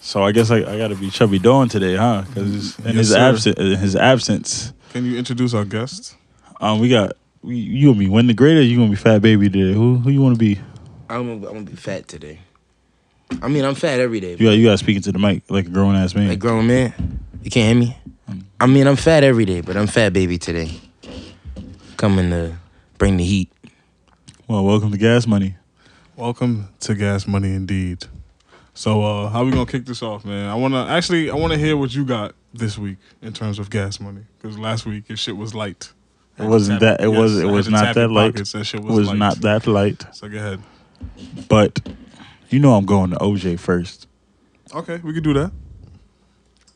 So I guess I, I got to be Chubby Dawn today, huh? Because in Yes, his sir. absence, in his absence, Can you introduce our guest? um, we got we, you gonna be win the greater. You gonna be Fat Baby today. Who who you want to be? I'm gonna, I'm gonna be fat today. I mean, I'm fat every day. You got you got speaking to the mic like a grown ass man. Like grown man, you can't hear me. I mean, I'm fat every day, but I'm fat baby today. Coming to bring the heat. well, welcome to Gas Money. Welcome to Gas Money Indeed. So, uh, how we gonna kick this off, man? I wanna actually, I wanna hear what you got this week in terms of gas money, because last week your shit was light. It wasn't that. It Yes, was. It I was had to not tap that your light. pockets. That shit It was was light. not that light. So go ahead. But you know I'm going to OJ first, Okay, we could do that.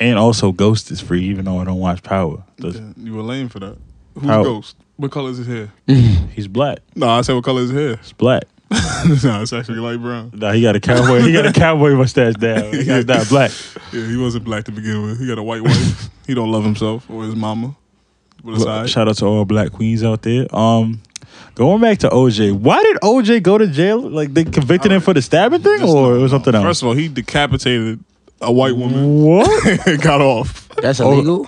and also Ghost is free, even though I don't watch Power. Does- Yeah, you were lame for that. Who's How- Ghost? What color is his hair? He's black. No, I said what color is his hair? It's black. no, it's actually light brown. Nah, he got a cowboy. he got a cowboy mustache down. He's not black. Yeah, he wasn't black to begin with. He got a white wife. he don't love himself or his mama. But it's Well, alright. Shout out to all black queens out there. Um, going back to OJ, why did OJ go to jail? Like they convicted him for the stabbing thing, Just or no, it was something else? First of all, he decapitated a white woman what? and got off. That's Oh. illegal.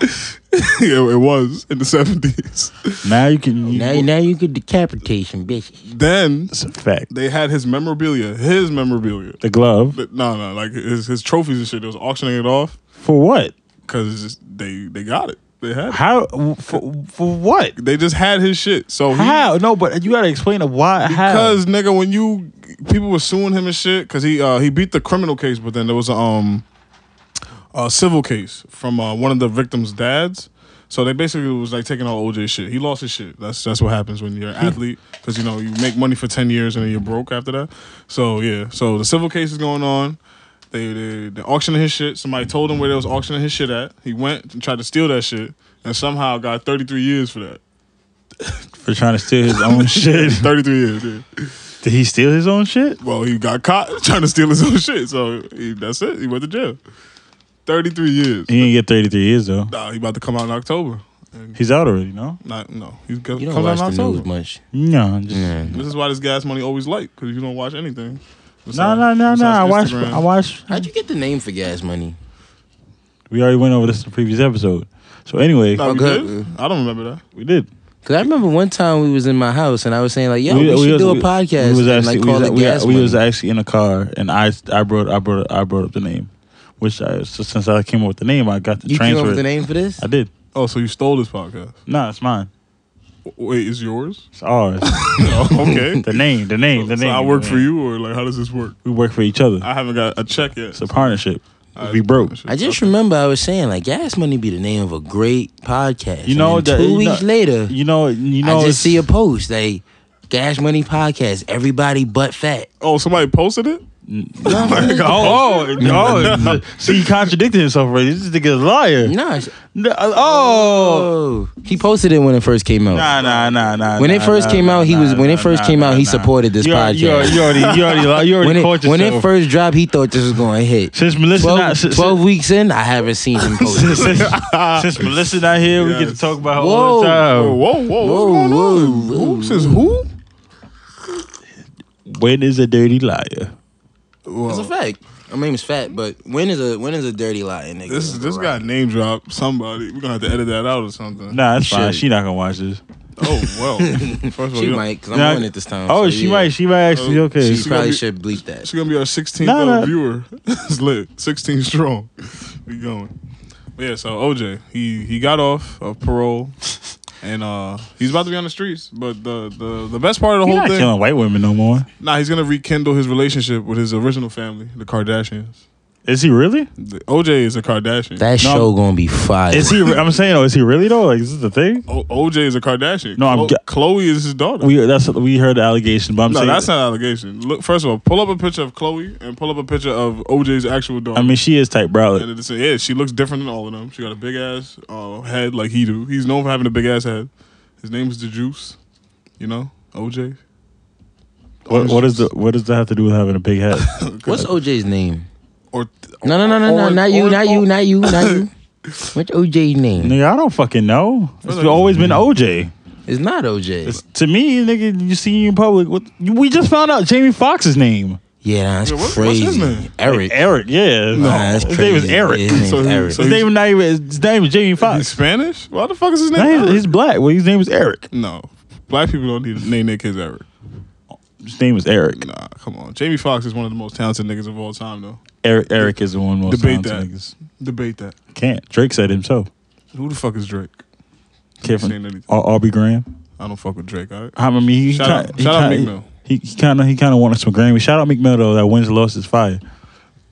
yeah, it was in the seventies. now you can. You, Now, now you get decapitation, bitch. Then it's a fact. they had his memorabilia, his memorabilia. The glove But No, no, like his his trophies and shit. They was auctioning it off for what? because they they got it. They had it. How for for what? They just had his shit. So he, How? No, but you gotta explain the why. Because nigga, when you people were suing him and shit, because he uh, he beat the criminal case, but then there was a um a civil case from uh, one of the victims' dads. So they basically was like taking all OJ shit. He lost his shit. That's that's what happens when you're an athlete, because you know you make money for ten years and then you're broke after that. So yeah, so the civil case is going on. They they they auctioning his shit. Somebody told him where they was auctioning his shit at. He went and tried to steal that shit, and somehow got thirty three years for that. for trying to steal his own shit. Thirty three years. Yeah. Did he steal his own shit? Well, he got caught trying to steal his own shit, so he, that's it. He went to jail. Thirty-three years. He didn't get 33 years though. Nah, he about to come out in October. He's out already, no? Not no, he's go- You comes don't out in watch the news October. much. No, just, Yeah. This is why this gas money always light because you don't watch anything. no, besides- no, no, no. besides I watched. Instagram. I watched. How'd you get the name for gas money? We already went over this in the previous episode. So anyway, Nah, we Okay. did? I don't remember that. we did. Cause I remember one time we was in my house and I was saying like, yo, we, should do a podcast was and actually- like we call was- it we- gas we money. was actually in a car, and I I brought I brought I brought up the name, which I so since I came up with the name, I got the you transfer. came up with the name for this? I did. Oh, so you stole this podcast? Nah, it's mine. Wait, is yours? It's ours. No, okay. the name. The name. The so name. I work the for name. you, or like, how does this work? We work for each other. I haven't got a check yet. It's a partnership. I- we broke. I just remember I was saying like gas money be the name of a great podcast. You know and then that- two you know- weeks later, You know. You know. I it's- just see a post like gas money podcast. Everybody but fat. Oh, somebody posted it. oh, oh, no. See, he contradicted himself already. This nigga's a liar. No, it's- No, uh, Oh. oh, he posted it when it first came out. Nah, nah, nah, nah. When it nah, first nah, came nah, out, he nah, was- when it nah, first nah, came out, nah, he nah. supported this You already- You already, podcast. you already, you already, you already When caught it, when it yourself. first dropped, he thought this was going to hit. Since Melissa, not, 12, since, 12 weeks in, I haven't seen him post. since, since, since Melissa not here, we get to Yes. talk about her all Whoa. the Whoa, time. Oh, whoa, whoa, Whoa, what's going on? whoa, whoa. Who says who? When is a dirty liar? It's a fact. My name is Fat, but when is a when is a dirty lie, nigga? This this guy name drop somebody. We're gonna have to edit that out or something. Nah, it's fine. Shit. She not gonna watch this. Oh well. First of all, She you know, might, cause I'm Nah, on it this time. Oh, so she yeah. might. She might actually. Oh, Okay. She She's gonna probably be- should bleep that. She's gonna be our 16th Nah, uh, nah. viewer. it's lit. 16 strong. we going. But yeah. So OJ, he he got off of parole, and uh he's about to be on the streets. But the the the best part of the He whole not thing. killing white women no more. Nah, he's gonna rekindle his relationship with his original family, the Kardashians. Is he really? The, OJ is a Kardashian. That No. show gonna be fire. Is he? I'm saying, oh, is he really though? Like, is this the thing? O- OJ is a Kardashian. No, I'm Chlo- ga- Chloe is his daughter. We that's we heard the allegation, but I'm No, saying that's not an allegation. Look, first of all, pull up a picture of Chloe and pull up a picture of OJ's actual daughter. I mean, she is type brolic. and it's, yeah, she looks different than all of them. She got a big ass uh, head like he do. He's known for having a big ass head. His name's the Juice, you know, OJ. What, what is the what does that have to do with having a big head? What's OJ's name? Or No, no, no, no, no, not you, not you, not you, not you. What's OJ's name? nigga, I don't fucking know. It's Well, like- always been OJ. It's not OJ. It's, to me, nigga, you see you in public. What, we just found out Jamie Foxx's name. Yeah, nah, that's Yeah, what- what's crazy. his name? Eric. Eric, yeah. Nah, that's his crazy. name is Eric. Yeah, his name's So he- Eric. so His name not even his name is Jamie He's Foxx. Spanish? Why the fuck is his name? Nah, he's, Eric? he's black. Well, his name is Eric. no, black people don't need to name their kids Eric. His name is Eric. Nah, come on. Jamie Foxx is one of the most talented niggas of all time, though. Eric Eric is the one most Debate talented niggas. Debate that. Can't. Drake said himself. Who the fuck is Drake? Can't Seen fin- anything. Ar- Arby Graham. I don't fuck with Drake. All right. I mean, he Shout kinda, out- he shout out kinda- Meek Mill. He he kind of he kind of wanted some Grammy. Shout out Meek Mill though. That wins and loss is fire.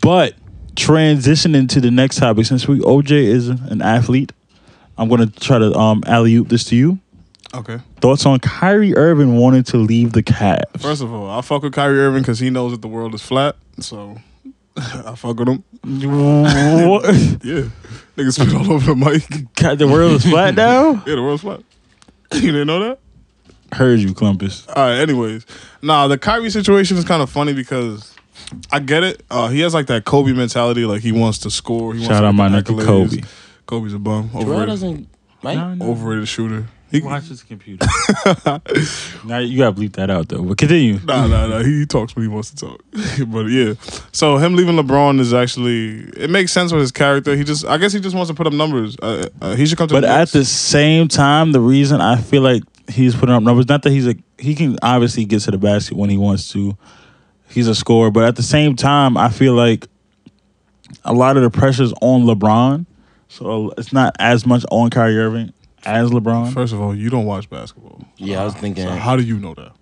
But transitioning to the next topic, since we OJ is an athlete, I'm gonna try to um alley oop this to you. Okay. Thoughts on Kyrie Irving wanting to leave the Cavs? First of all, I fuck with Kyrie Irving because he knows that the world is flat. So I fuck with him. What? Yeah. Niggas spit all over the mic. Yeah, God, the world is flat now. the world's flat. You didn't know that? Heard you, Clumpus. All right. Anyways, nah, the Kyrie situation is kind of funny because I get it. Uh, he has like that Kobe mentality. Like he wants to score. He wants Shout to out get my the nigga accolades. Kobe. Kobe's a bum. Terrell Overrated, doesn't. Mike? overrated shooter. He, nah, his computer. now you gotta bleep that out though. But continue. nah, nah. He talks when he wants to talk. but yeah, so him leaving LeBron is actually it makes sense with his character. He just, I guess, he just wants to put up numbers. Uh, uh, he should come to. But the at Knicks. the same time, the reason I feel like he's putting up numbers, not that he's a he can obviously get to the basket when he wants to. He's a scorer, but at the same time, I feel like a lot of the pressure's on LeBron. So it's not as much on Kyrie Irving as LeBron. first of all, you don't watch basketball. Yeah, I was thinking. So how do you know that?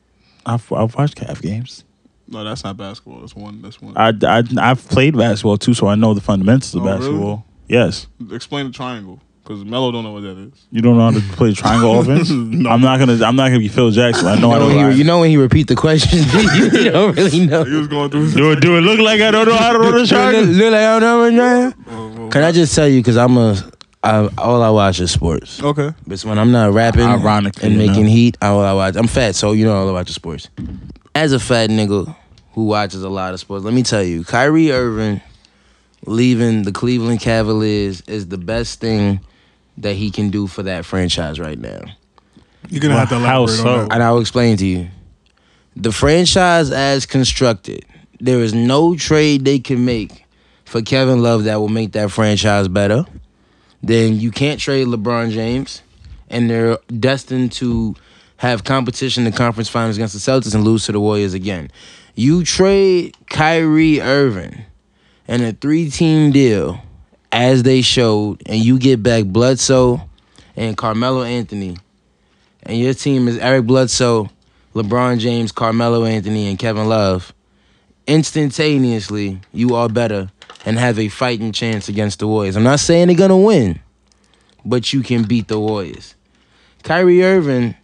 I've, I've watched Cavs games. No, that's not basketball. That's one. That's one. I, I, have played basketball too, so I know the fundamentals of Oh, really? basketball. Yes. Explain the triangle because Melo don't know what that is. You don't know how to play triangle offense. I'm not gonna. I'm not gonna be Phil Jackson. I know. You I know, don't. when he, you know when he repeat the question, you don't really know. He was going through. His, do it. Do it. Look like I don't know how to run a Look- triangle. look like I don't know what I'm doing. Whoa, whoa. Can I just tell you? Because I'm a, I, all I watch is sports. Okay. But when I'm not rapping, Ironically and making enough. heat, all I watch. I'm fat, so you know all I watch is sports. As a fat nigga who watches a lot of sports, let me tell you, Kyrie Irving leaving the Cleveland Cavaliers is the best thing that he can do for that franchise right now. You're gonna Well, have to how elaborate so? on that. And I'll explain to you. The franchise as constructed, there is no trade they can make for Kevin Love that will make that franchise better. Then you can't trade LeBron James, and they're destined to have competition in the conference finals against the Celtics and lose to the Warriors again. You trade Kyrie Irving in a three team deal, as they showed, and you get back Bledsoe and Carmelo Anthony and your team is Eric Bledsoe, LeBron James, Carmelo Anthony, and Kevin Love, instantaneously you are better and have a fighting chance against the Warriors. I'm not saying they're gonna win, but you can beat the Warriors. Kyrie Irving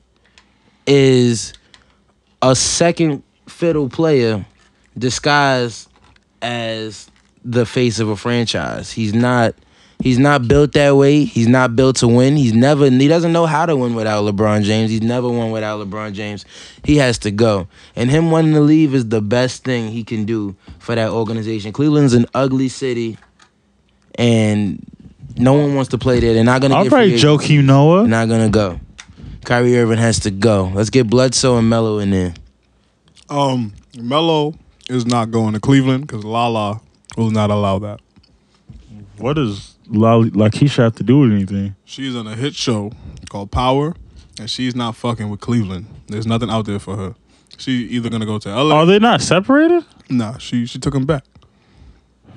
is a second fiddle player disguised as the face of a franchise. He's not he's not built that way. He's not built to win. He's never he doesn't know how to win without LeBron James. He's never won without LeBron James. He has to go. And him wanting to leave is the best thing he can do for that organization. Cleveland's an ugly city and no one wants to play there. They're not gonna All get free right, agents. Joakim Noah. Not gonna go. Kyrie Irving has to go. Let's get Bledsoe and Melo in there. Um, Melo is not going to Cleveland because Lala will not allow that. What does La- Lakeisha have to do with anything? She's on a hit show called Power, and she's not fucking with Cleveland. There's nothing out there for her. She either gonna go to LA. Are they not separated? nah, she she took him back.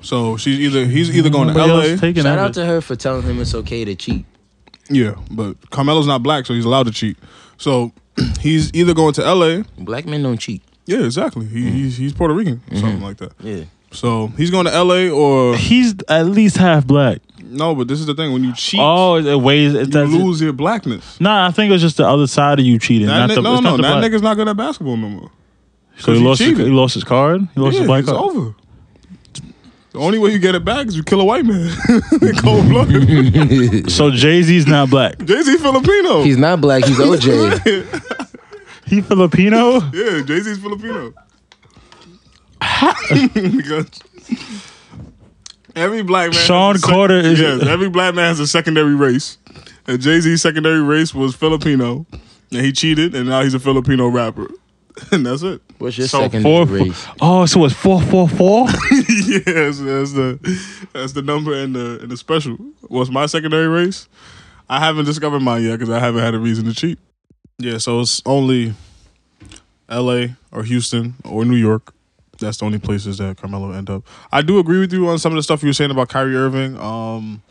So she's either he's either going to Nobody LA. else taking Shout that out bit. to her for telling him it's okay to cheat. yeah, but Carmelo's not black, so he's allowed to cheat. So he's either going to LA. Black men don't cheat. Yeah, exactly. He, Mm. he's he's Puerto Rican, Mm-hmm. something like that. Yeah. So he's going to LA or He's at least half black. no? But this is the thing: when you cheat, Oh, it weighs. It you doesn't- lose your blackness. Nah, I think it was just the other side of you cheating. That Not ni- the, no, it's no, not the that black. nigga's not good at basketball no more. so he 'cause he lost. His, cheated. he lost his card. He lost his Yeah, black it's card. over. The only way you get it back is you kill a white man. Cold blooded. he's So Jay Z's not black. Jay Z Filipino. not black. He's OJ. He Filipino. yeah, Jay Z's Filipino. Because every black man. has Sean a sec- Carter is- Yes, every black man has a secondary race. And Jay Z's secondary race was Filipino. And he cheated, and now he's a Filipino rapper. and that's it. What's your So second four, race? Oh, so it's four four four. yeah, that's, that's the that's the number and the and the special. What's my secondary race? I haven't discovered mine yet because I haven't had a reason to cheat. Yeah, so it's only L.A. or Houston or New York. That's the only places that Carmelo end up. I do agree with you on some of the stuff you were saying about Kyrie Irving. Um,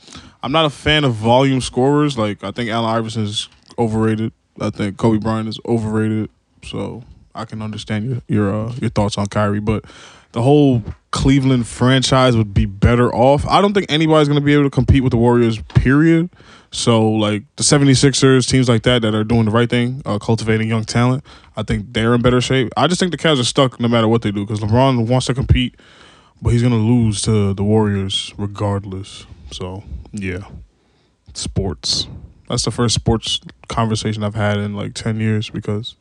I'm not a fan of volume scorers. Like I think Allen Iverson is overrated. I think Kobe Bryant is overrated. So I can understand your your uh, your thoughts on Kyrie, but the whole Cleveland franchise would be better off. I don't think anybody's going to be able to compete with the Warriors, period. So, like the 76ers, teams like that that are doing the right thing, uh, cultivating young talent, I think they're in better shape. I just think the Cavs are stuck no matter what they do because LeBron wants to compete, but he's going to lose to the Warriors regardless. So, yeah. Sports. That's the first sports conversation I've had in like 10 years because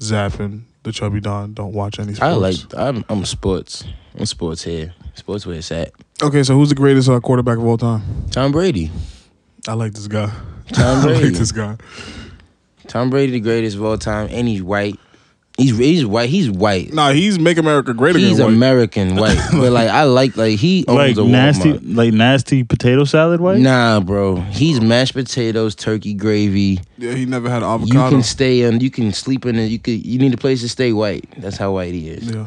Zapp and the Chubby Don don't watch any sports. I like I'm I'm sports. I'm sports here. Sports where it's at. Okay, so who's the greatest uh, quarterback of all time? Tom Brady. I like this guy. Tom I like Brady. this guy. Tom Brady the greatest of all time, and he's white. He's he's white. He's white. Nah, he's make America great again. he's White. American white. but like I like like he like owns a nasty, Walmart. like nasty potato salad. White. Nah, bro. He's mashed potatoes, turkey gravy. yeah, he never had You avocado. can stay and you can sleep in it. You could you need a place to stay white. That's how white he is. yeah,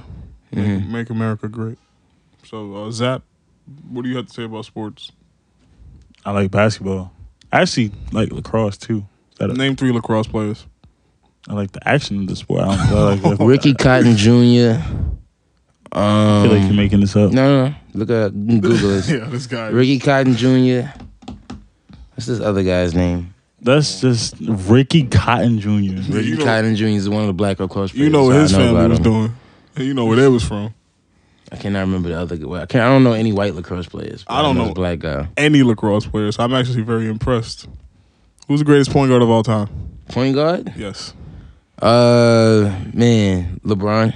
make, Mm-hmm. make America great. So uh, Zap, what do you have to say about sports? I like basketball. I actually like lacrosse too. That- Name three lacrosse players. I like the action of the sport. I, don't, I, like that. Ricky Cotton Jr. Um, I feel like you're making this up. no, no, no. Look up Google this. yeah, this guy. Ricky Cotton Jr. What's this other guy's name? That's just Ricky Cotton Jr. Ricky You know- Cotton Jr. is one of the black lacrosse players. you know what so I his family about was him. doing. And you know where they was from. I cannot remember the other. guy. I can't. I don't know any white lacrosse players. but I don't this know. black guy. Any lacrosse player. So I'm actually very impressed. Who's the greatest point guard of all time? Point guard. Yes. Uh, man, LeBron.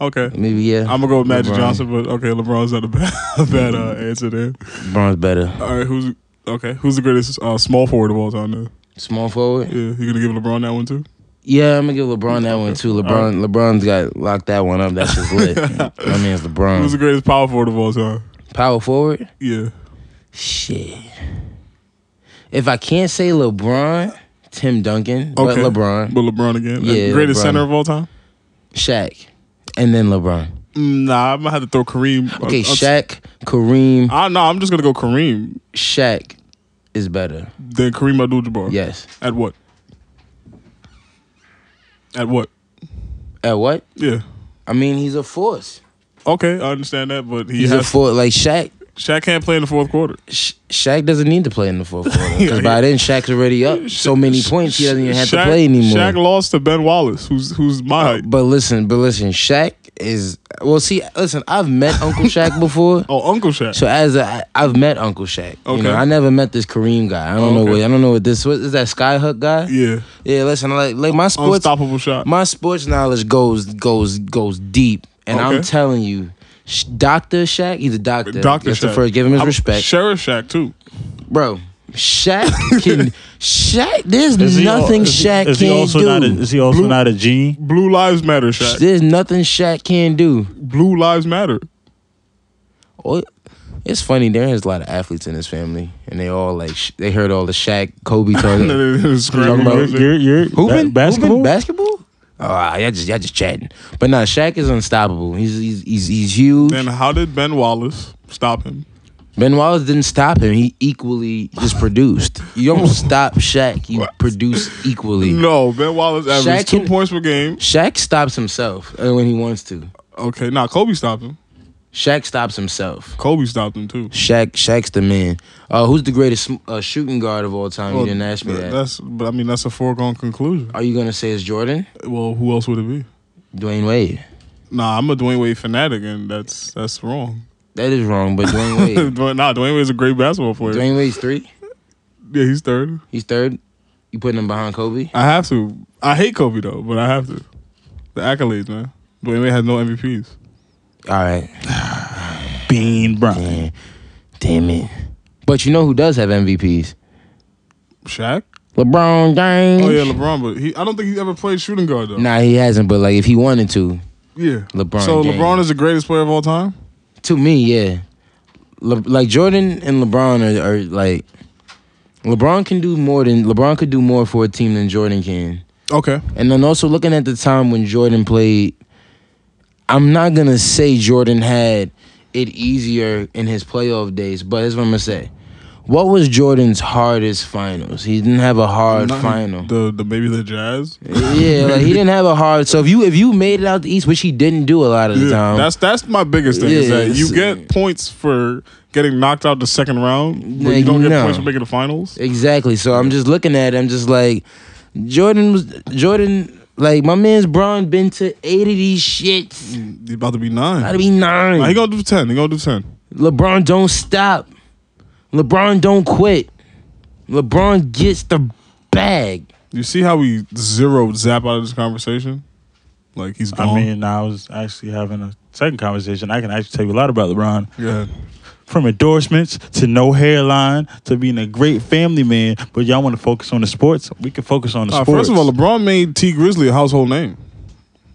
Okay. Maybe yeah. I'm gonna go with Magic LeBron. Mm-hmm. Johnson, but okay, LeBron's not a bad, a bad uh, answer there. LeBron's better. All right, who's okay? Who's the greatest uh, small forward of all time? Then? Small forward. Yeah, you gonna give LeBron that one too? Yeah, I'm gonna give LeBron that one too. Uh-huh. LeBron. LeBron's got locked that one up. That's just lit. I mean, it's Who's the LeBron. greatest power forward of all time? Power forward. Yeah, Shit. If I can't say LeBron, Tim Duncan, but Okay. LeBron, but LeBron again. Yeah, greatest LeBron. center of all time? Shaq, and then LeBron. Mm, Nah, I'm gonna have to throw Kareem. Okay, Uh, uh, Shaq, Kareem, I no, I'm just gonna go Kareem. Shaq is better. Then Kareem Abdul-Jabbar. Yes. At what? At what? At what? Yeah. I mean, he's a force. Okay, I understand that, but he He's a has. force. Like Shaq, Shaq can't play in the fourth quarter. Sh- Shaq doesn't need to play in the fourth quarter Yeah, because by then Shaq's already up so many points he doesn't even have to play anymore. Shaq lost to Ben Wallace, who's who's my height. but listen, but listen, Shaq is well. See, listen, I've met Uncle Shaq before. Oh, Uncle Shaq. So as a, I- I've met Uncle Shaq. You Okay. know, I never met this Kareem guy. I don't Oh, know what okay. I don't know what this what is that Skyhook guy? yeah, Yeah, listen, like like my sports unstoppable shot. my sports knowledge goes goes goes deep. And I'm Okay. telling you, Sh- Dr. Shaq, he's a doctor. Doctor That's the Shaq. first give him his I'm- respect. Sheriff Shaq too. Bro, Shaq can Shaq there's Is he al- nothing is he- Shaq is he can't also do. Not a, is he also Blue- not a genie? Blue Lives Matter, Shaq. there's nothing Shaq can do. Blue Lives Matter. Oh, it's funny. There is a lot of athletes in this family, and they all like sh- they heard all the Shaq, Kobe talking. No, they- they Talking screaming about- and You're, shit. you're, you're ba- Hooping? basketball. Hooping? Basketball? Oh, ah, y'all just y'all just chatting. But nah, Shaq is unstoppable. He's he's he's, he's huge. Then how did Ben Wallace stop him? Ben Wallace didn't stop him. He equally just produced. You don't stop Shaq. You produce equally. No, Ben Wallace averaged Shaq two can- points per game. Shaq stops himself uh, when he wants to. Okay, nah, Kobe stopped him. Shaq stops himself. Kobe stopped him too. Shaq Shaq's the man. Uh, who's the greatest sm- uh, shooting guard of all time? you didn't ask me Th- that. That's, but I mean, that's a foregone conclusion. Are you gonna say it's Jordan? Well, who else would it be? Dwayne Wade. Nah, I'm a Dwayne Wade fanatic, and that's that's wrong. That is wrong, but Dwayne Wade. Dwayne- nah, Dwayne Wade's a great basketball player. Dwayne Wade's three. Yeah, he's third. He's third. You putting him behind Kobe? I have to. I hate Kobe though, but I have to. The accolades, man. Dwayne Wade has no MVPs. All right. Bean Bryant. Damn. Damn it. But you know who does have MVPs? Shaq. LeBron James. Oh yeah, LeBron, but he I don't think he ever played shooting guard though. Mm-hmm. Nah, he hasn't. But like, if he wanted to, Yeah. LeBron So James. LeBron is the greatest player of all time? to me, yeah. Le- like Jordan and LeBron are, are like, LeBron can do more than LeBron could do more for a team than Jordan can. Okay. And then also looking at the time when Jordan played, I'm not gonna say Jordan had it easier in his playoff days, but here's what I'm gonna say. What was Jordan's hardest finals? He didn't have a hard Not- final. The the maybe the Jazz. yeah, like he didn't have a hard. So if you if you made it out the East, which he didn't do a lot of the Yeah, time, that's that's my biggest thing is Yeah, that you it's- get points for getting knocked out the second round, but Like, you don't get no. points for making the finals. Exactly. So I'm just looking at it. I'm just like, Jordan was Jordan. Like my man's Braun been to eight of these shits. He about to be nine. Gotta be nine. Nah, he gonna do ten. He gonna do ten. LeBron don't stop. LeBron don't quit. LeBron gets the bag. You see how we zeroed Zap out of this conversation? Like he's gone. I mean, I was actually having a second conversation. I can actually tell you a lot about LeBron. yeah. From endorsements to no hairline to being a great family man, but y'all want to focus on the sports? We can focus on the Nah, sports. first of all, LeBron made T Grizzly a household name.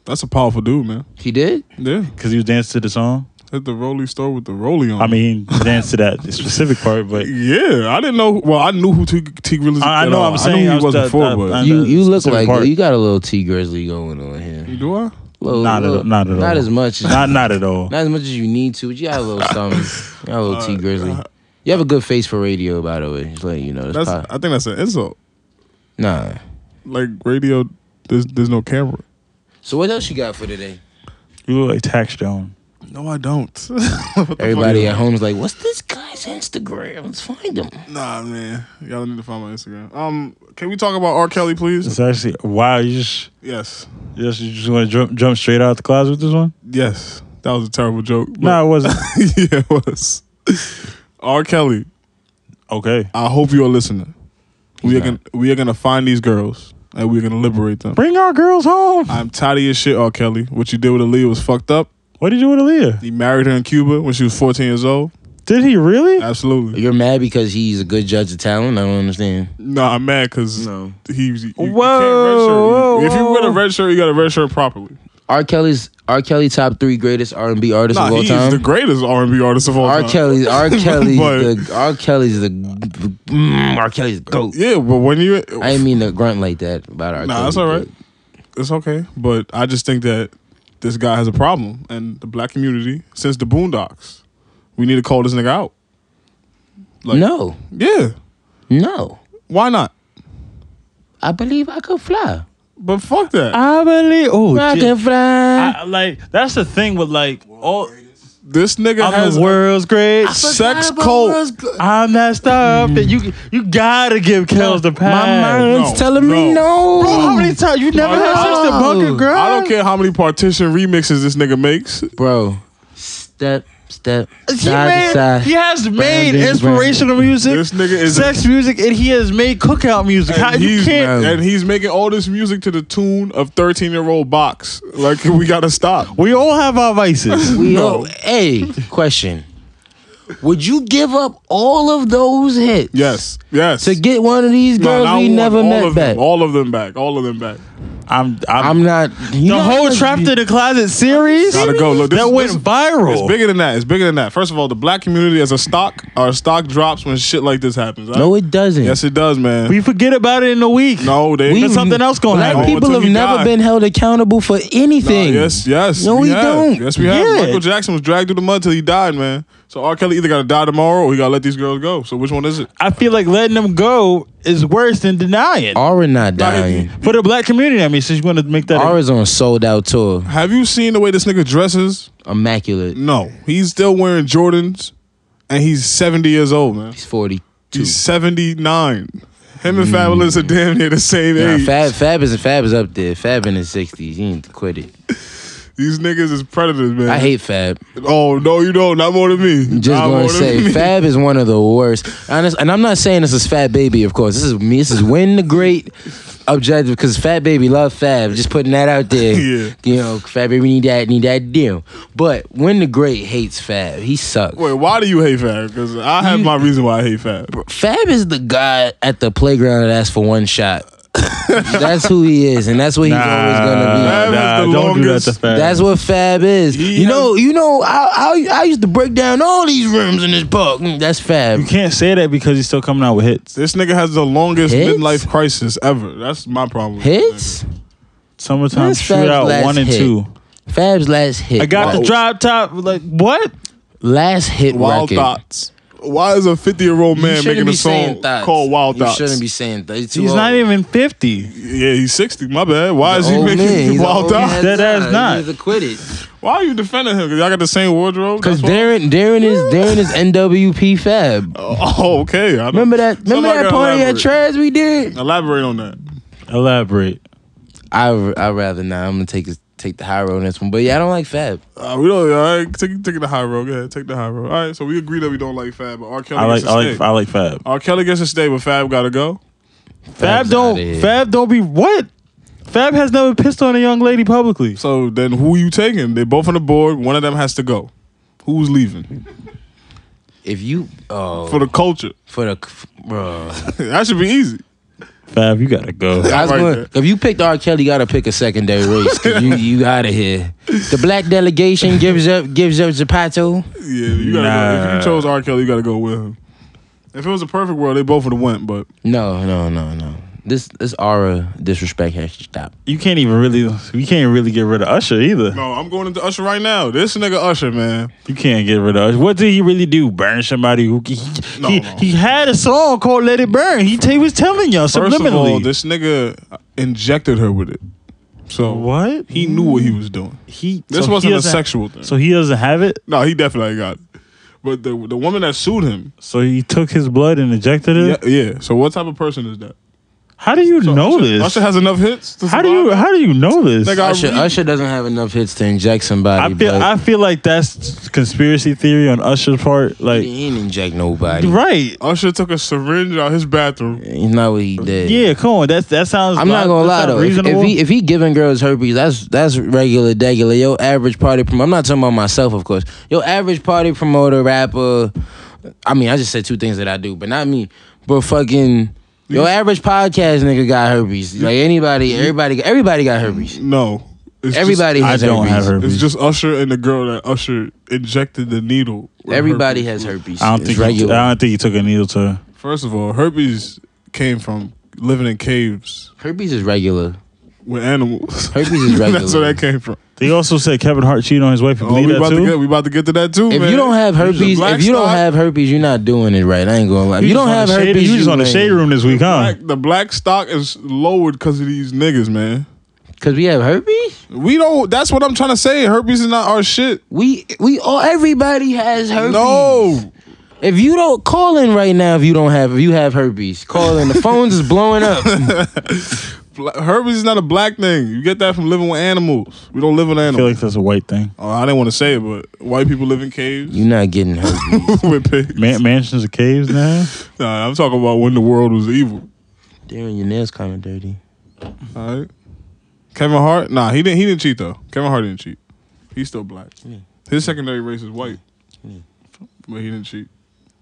That's a powerful dude, man. He did. Yeah. because he was dancing to the song. Hit the Rolly store with the Rolly on. I mean, he danced to that specific part, but yeah, I didn't know. Well, I knew who T, T Grizzly. I- I know, at all. I'm saying I I knew who was he was the- before, the- but I- You you look Specific like part. you got a little T Grizzly going on here. do I? Little- not at little- all, not at all. Not as much. As, not, Not not at all. as much as you need to. But you got a little something. You got a little T Grizzly. You have a good face for radio, by the way. Just letting you know. That's, That's. pop- I think that's an insult. nah. Like radio, there's there's no camera. So what else you got for today? You look like Tax Jones. No, I don't. What the fuck Everybody is- at home's like, what's this guy's Instagram? Let's find him. Nah, man. Y'all need to find my Instagram. Um, can we talk about R. Kelly, please? It's actually wow. You just Yes. you just, you just want to jump jump straight out the closet with this one? Yes. That was a terrible joke. but- No, it wasn't. yeah, it was. R. Kelly, okay, I hope you're listening. We are gonna we are gonna find these girls and we're gonna liberate them. bring our girls home. I'm tired of your shit, R. Kelly. What you did with Aaliyah was fucked up. What did you with Aaliyah? He married her in Cuba when she was 14 years old. Did he really? Absolutely. You're mad because he's a good judge of talent? I don't understand. Nah, I'm mad because No. he you- you, can't Whoa, redshirt. If you whoa, wear a whoa. red shirt, you got a red shirt properly. R. Kelly's R. Kelly top three greatest R and B artists Nah, of all he's time. the greatest R&B artist of all R. time. Kelly's R. Kelly's But- the R. Kelly's the mm, R. Kelly's goat. Yeah, but when you I didn't mean to grunt like that about R. Nah, Kelly. that's all right. It's okay, but I just think that this guy has a problem, and the black community since the Boondocks, we need to call this nigga out. but- no, Yeah, no. why not? I believe I could fly. But fuck that. I believe. Oh, I can fly. I, like that's the thing with like all. this nigga I'm has the world's greatest. sex about cult. I'm messed up, and you you gotta give Kels the pass. My No, mind's telling me no. Bro, how many times you never had sex to bunker, girl? I don't care how many partition remixes this nigga makes. Bro, step, step, He, side to made- side. he has made uh, Brandon, inspirational music, This nigga is a- sex music, and he has made cookout music. How And you he's, can't? and he's making all this music to the tune of 13 year old box. Like, we gotta stop. We all have our vices. We No. all, hey, question. Would you give up all of those hits? Yes, yes. To get one of these No, girls and I we want never all met of them, back. all of them back. All of them back. I'm, I'm not. the whole Trapped in the Closet series Gotta go. Look, this that is- went this is- It's viral. bigger than that. It's bigger than that. First of all, the black community as a stock, our stock drops when shit like this happens. all No, right? it doesn't. yes, it does, man. we forget about it in a week. no, they. That's something else gonna Black happen. people until have you never die. been held accountable for anything. Yes, yes. No, we have. don't. Yes, we have. Yeah. Michael Jackson was dragged through the mud till he died, man. So R. Kelly either gotta die tomorrow or he gotta let these girls go. So which one is it? I feel like letting them go is worse than denying. R is not dying. For the black community, I mean, since you want to make that. R is on sold out tour. Have you seen the way this nigga dresses? Immaculate. No, he's still wearing Jordans, and he's seventy years old, man. He's 42. He's seventy nine. Him and Fabulous are damn near the same Nah, age. Fab, Fab is Fab is up there. Fab in his 60s. He need to quit it. These niggas is predators, man. I hate Fab. Oh no, you don't. Not more than me. Just Not gonna more than say, me. Fab is one of the worst. Honest, and I'm not saying this is Fat Baby, of course. This is me. This is when the great objective because Fat Baby love Fab. Just putting that out there. Yeah. You know, Fat Baby need that, need that deal. But when the great hates Fab, he sucks. Wait, why do you hate Fab? Because I have my reason why I hate Fab. Fab is the guy at the playground that asks for one shot. that's who he is, and that's what he's always gonna be. Fab is nah, the don't longest- do that to Fab. That's what Fab is. He you know, you know. I, I I used to break down all these rims in this park. Mm, That's Fab. you can't say that because he's still coming out with hits. This nigga has the longest Hits? midlife crisis ever. That's my problem. with this Hits. Summertime That's Fab's shootout last one and hit. two. Fab's last hit. I got record- the drop top. Like what? last hit nigga. Wild record. Thoughts. Why is a 50 year old You man shouldn't making be a song saying thoughts. called Wild you Thoughts? shouldn't be saying thoughts. He's, too He's old. not even fifty. Yeah, he's 60. My bad. Why is he Old making Oh, man. He's Wild old man. Thoughts? That ass Nah, not. He's acquitted. Why are you defending him? Because y'all got the same wardrobe? Because That's why- Darren, Darren is Darren is NWP Fab. Oh, okay. I don't- Remember that? Remember Somebody that gotta party at elaborate. Trez we did? Elaborate on that. Elaborate. I I rather not. I'm gonna take his, take the high road on this one. But yeah, I don't like Fab. Uh, we don't. All right, take, take the high road. Go ahead, take the high road. All right, so we agree that we don't like Fab, but R. Kelly I like. gets to I stay. like. I like Fab. R. Kelly gets to stay, but Fab gotta go. Fab Fab's outta don't. here. Fab don't be what? Fab has never pissed on a young lady publicly. So then, who you taking? They're both on the board. One of them has to go. Who's leaving If you oh for the culture? for the c- bro. that should be easy. Fab, you gotta go. I was Right going, there. if you picked R. Kelly, you gotta pick a secondary race. 'cause you you out of here. The black delegation gives up gives up Zapato. Yeah, you gotta go. If Nah. you chose R. Kelly, you gotta go with him. If it was a perfect world, they both would have went. But No, no, no, no. This this aura disrespect has to stop. You can't even really. You can't really get rid of Usher either. no, Oh, I'm going into Usher right now. This nigga Usher, man. You can't get rid of Usher. What did he really do? Burn somebody? Who he he, No, he, no. he had a song called "Let It Burn." He, t- he was telling y'all First of all, subliminally. this nigga injected her with it. So what He knew what he was doing. he? This so wasn't he a doesn't- sexual thing. So he doesn't have it. No, he definitely got it. But the the woman that sued him, So he took his blood and injected it. yeah, yeah. So what type of person is that? How do Uh, you So know Usher, this? Usher has enough hits. To how do you? survive? How do you know this? Nigga, I Usher, read- Usher doesn't have enough hits to inject somebody. I feel. but I feel like that's conspiracy theory on Usher's part. Like, he didn't inject nobody. right? Usher took a syringe out his bathroom. He's not what he did. Yeah, come on. That's that sounds. I'm not gonna lie that's though. If, if Reasonable. he if he giving girls herpes, that's that's regular, regular. Yo, average party. Prom- I'm not talking about myself, of course. Yo, average party promoter, rapper. I mean, I just said two things that I do, but not me. But fucking yo, average podcast nigga got herpes. Like anybody, everybody, everybody got herpes. No, it's Everybody I has don't herpes. have Just, herpes. it's just Usher and the girl that Usher injected the needle. with Everybody herpes. has herpes. I don't It's think. He, regular. I don't think he took a needle to. her. First of all, herpes came from living in caves herpes is regular. with animals. Herpes is That's where regular. that came from. They also said Kevin Hart cheated on his wife. You Oh, we believe about that to too? get we about to get to that too. If man. you don't have He's a herpes, black if you don't star. have herpes, you're not doing it right. I ain't gonna lie. If You you just don't on have the shade- herpes, You just on the ain't- shade room this week, uh, huh? Black- the black stock is lowered because of these niggas, man. Cause we have herpes. We don't. That's what I'm trying to say. Herpes is not our shit. We we all everybody has herpes. No, If you don't call in right now, if you don't have if you have herpes, call in. The phones is blowing up. Bla- herpes is not a black thing. You get that from living with animals. We don't live with I feel animals. like that's a white thing. oh, I didn't want to say it, but white people live in caves You're not getting herpes. with pigs. Man, mansions of caves now. Nah, I'm talking about when the world was evil. Darren, your nails kind of dirty. All right. Kevin Hart. Nah, he didn't. He didn't cheat though. Kevin Hart didn't cheat. He's still black. His secondary race is white, but he didn't cheat.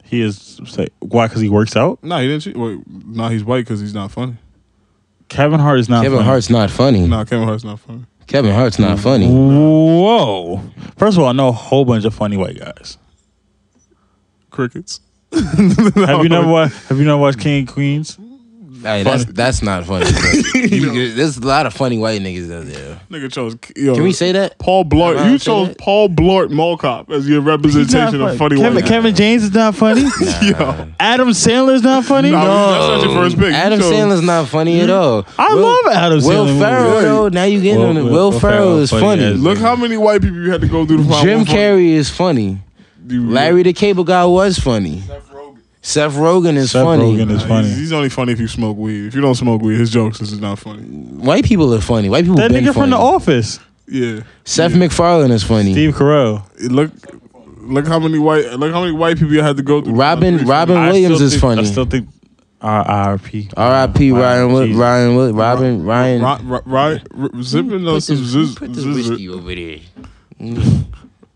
He is say why? Because he works out. Nah, he didn't cheat. Wait, nah, he's white because he's not funny. Kevin Hart is not. Kevin funny. Mm. Hart's not funny. Nah, Kevin Hart's not funny. Kevin Hart's not funny. Whoa! First of all, I know a whole bunch of funny white guys. Crickets. Have you never watched? Have you never watched King of Queens? Hey, that's that's not funny. bro. You- you- there's a lot of funny white niggas out there. Nigga chose. Yo, Can we say that? Paul Am I Blart? allowed You to say chose that? Paul Blart Mall Cop as your representation of funny Kevin, white. Kevin James is not funny. Yo, Adam Sandler is not funny. Nah, that's not your first pick. You Um, Adam chose- Sandler's not funny at all. I love Adam Will Sandler. Ferrell movies. though. Now you getting Will- on the Will- Will Will Ferrell Ferrell is funny funny. as- look how many white people you had to go through to find Jim one funny Carrey is funny. dude. Larry the Cable Guy was funny. Seth Rogen. Seth Rogen is Seth funny. Rogen is funny. He's, he's only funny if you smoke weed. If you don't smoke weed, his jokes is not funny. White people are funny. White people that been nigga funny. from The Office, Yeah. Seth McFarlane is funny. Steve Carell. Look, look how many white, look how many white people you had to go through. to find Robin three Robin I Williams still is think- I funny. still think R.I.P. R.I.P. Ryan Wood, Jesus. Ryan Wood, Robin, Ryan. Right, right, right. r- Zipping on some ziz, ziz- over there. Mm.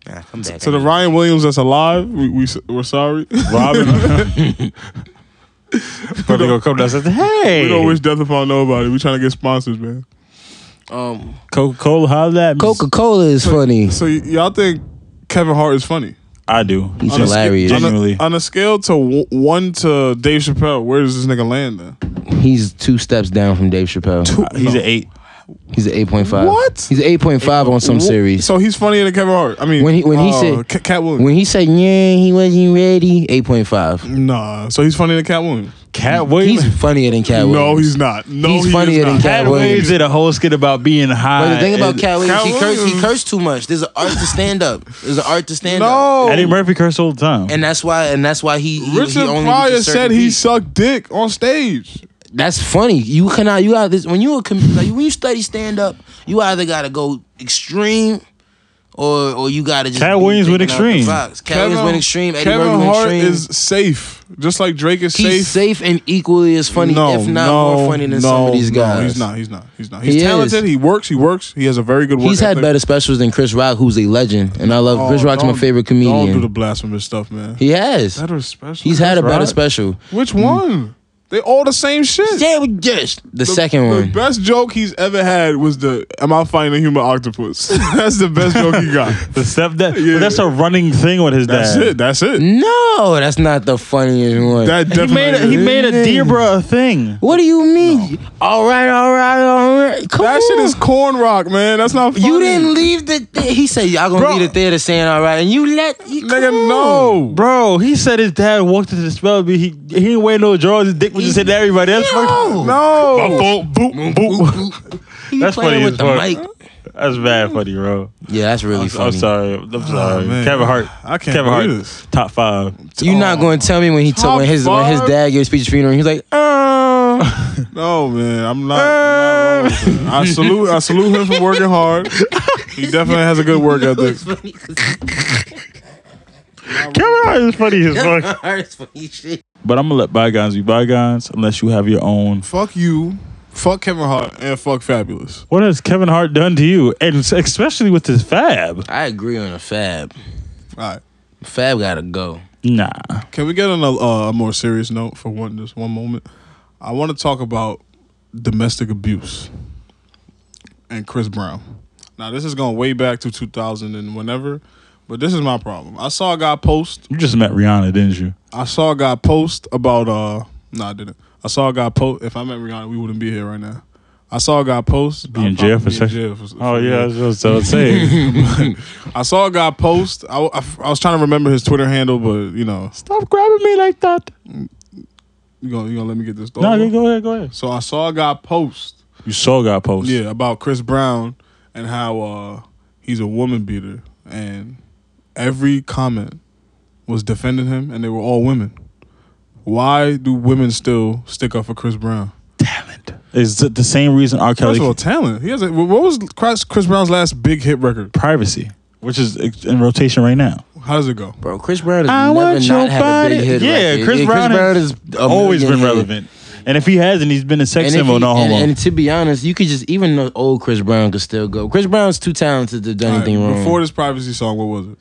nah, come back. to the Ryan Williams that's alive. We, we s- we're sorry. Robin. Probably gonna come down and say, "Hey, we don't wish death upon nobody. We trying to get sponsors, man. Um, Coca Cola, how that?" Coca Cola is funny. So y- y'all think Kevin Hart is funny? I do. He's Just- hilarious. On Genuinely. a, on a scale to w- one to Dave Chappelle, where does this nigga land then? He's two steps down from Dave Chappelle. He's an eight. He's an eight point five. What? He's eight point five on some Wh- series. So he's funnier than Kevin Hart. I mean, When he- when he uh, said- Ca- Cat Williams. When he said, "Yeah, he wasn't ready," eight point five. nah, so he's funnier than Cat Williams. Cat He's Williams. funnier than Cat. No, Williams. he's not. No, He's he funnier is than not. Cat Cat Williams. Williams did a whole skit about being high. But the thing about and- Cat Williams, Cat he cursed. He Williams- cursed too much. There's an art to stand up. There's an art to stand up. No, Eddie Murphy cursed all the time. And that's why. And that's why he. he- he Richard only Pryor reaches certain said he peaks. sucked dick on stage. That's funny. You cannot. You got this when you a com- like, when you study stand up. You either gotta go extreme, or or you gotta just. Cat be Williams went thinking out the extreme. box. Cat Williams went extreme. Eddie Kevin Murphy went Hart extreme. is safe, just like Drake is He's safe. safe and equally as funny, no, if not no, more funny than no, some of these guys. No, he's not. He's not. He's not. He's He talented. is. He works. He works. He has a very good work He's had ethic. better specials than Chris Rock, who's a legend, and I love Oh, Chris Rock's my don't- favorite Don't do comedian. the blasphemous stuff, man. he has. better special. He's had a better Right. special. Which one? They all the same shit. Yeah, we just the, second the one. best joke he's ever had was the "Am I finding a human octopus?" that's the best joke he got. the stepdad. Yeah. But that's a running thing with his That's dad. it. That's it. no, that's not the funniest one. That He definitely. made a, he is. made a Yeah. Debra a thing. what do you mean? All right, all right, all right. Come that on. shit is corn rock, man. That's not. Funny. You didn't leave the. Th- he said y'all gonna Bro. leave the theater saying all right, and you let you nigga. come on. No, Bro, he said his dad walked into the spell. He he didn't wear no drawers. His dick was just hitting everybody. That's Yo. fucking, no. boop, boop, boop. He That's playing funny with as the fuck. mic. That's bad, funny, bro. Yeah, that's really funny. I'm sorry. I'm sorry. man. Kevin Hart. I can't Kevin Hart. believe this. Top five. You're not Oh. going to tell me when he told when his when his Top dad gave a speech at the funeral. He was like, oh, No, man. I'm not. I'm not wrong with that. I salute. I salute him for working hard. He definitely has a good work ethic. Kevin Hart is funny as fuck. That's funny shit. But I'm gonna let bygones be bygones unless you have your own. Fuck you. Fuck Kevin Hart and fuck Fabulous. What has Kevin Hart done to you? And s- especially with his fab. I agree on a Fab. All right. Fab gotta go. Nah. Can we get on a, uh, a more serious note for one just one moment? I want to talk about domestic abuse and Chris Brown. Now this is going way back to 2000 and whenever, but this is my problem. I saw a guy post. You just met Rihanna, didn't you? I saw a guy post about uh. No, I didn't. I saw a guy post. If I met Rihanna, we wouldn't be here right now. I saw a guy post. Be in I'd jail for probably be in sex- jail for- Oh for- yeah, that's what I was saying. I saw a guy post. I, I, I was trying to remember his Twitter handle, but you know, Stop grabbing me like that. you gonna you gonna let me get this. No, over? you go ahead, go ahead. So I saw a guy post, You saw God post. yeah, about Chris Brown and how uh, he's a woman beater, and every comment was defending him, and they were all women. Why do women still stick up for Chris Brown? Talent. Is it the same reason R. First Kelly of all, talent. He has. A, what was Chris Chris Brown's last big hit record? privacy, which is ex- in rotation right now. How does it go? Bro, Chris Brown has I never want your not had a big body. hit. Yeah, record. Chris Brown has a Always been millionaire. relevant. And if he hasn't, he's been a sex um, And, if symbol, he- no and, homo. and to be honest, you could just even the old Chris Brown could still go. Chris Brown's too talented to do All right, anything wrong. Before this privacy song, what was it?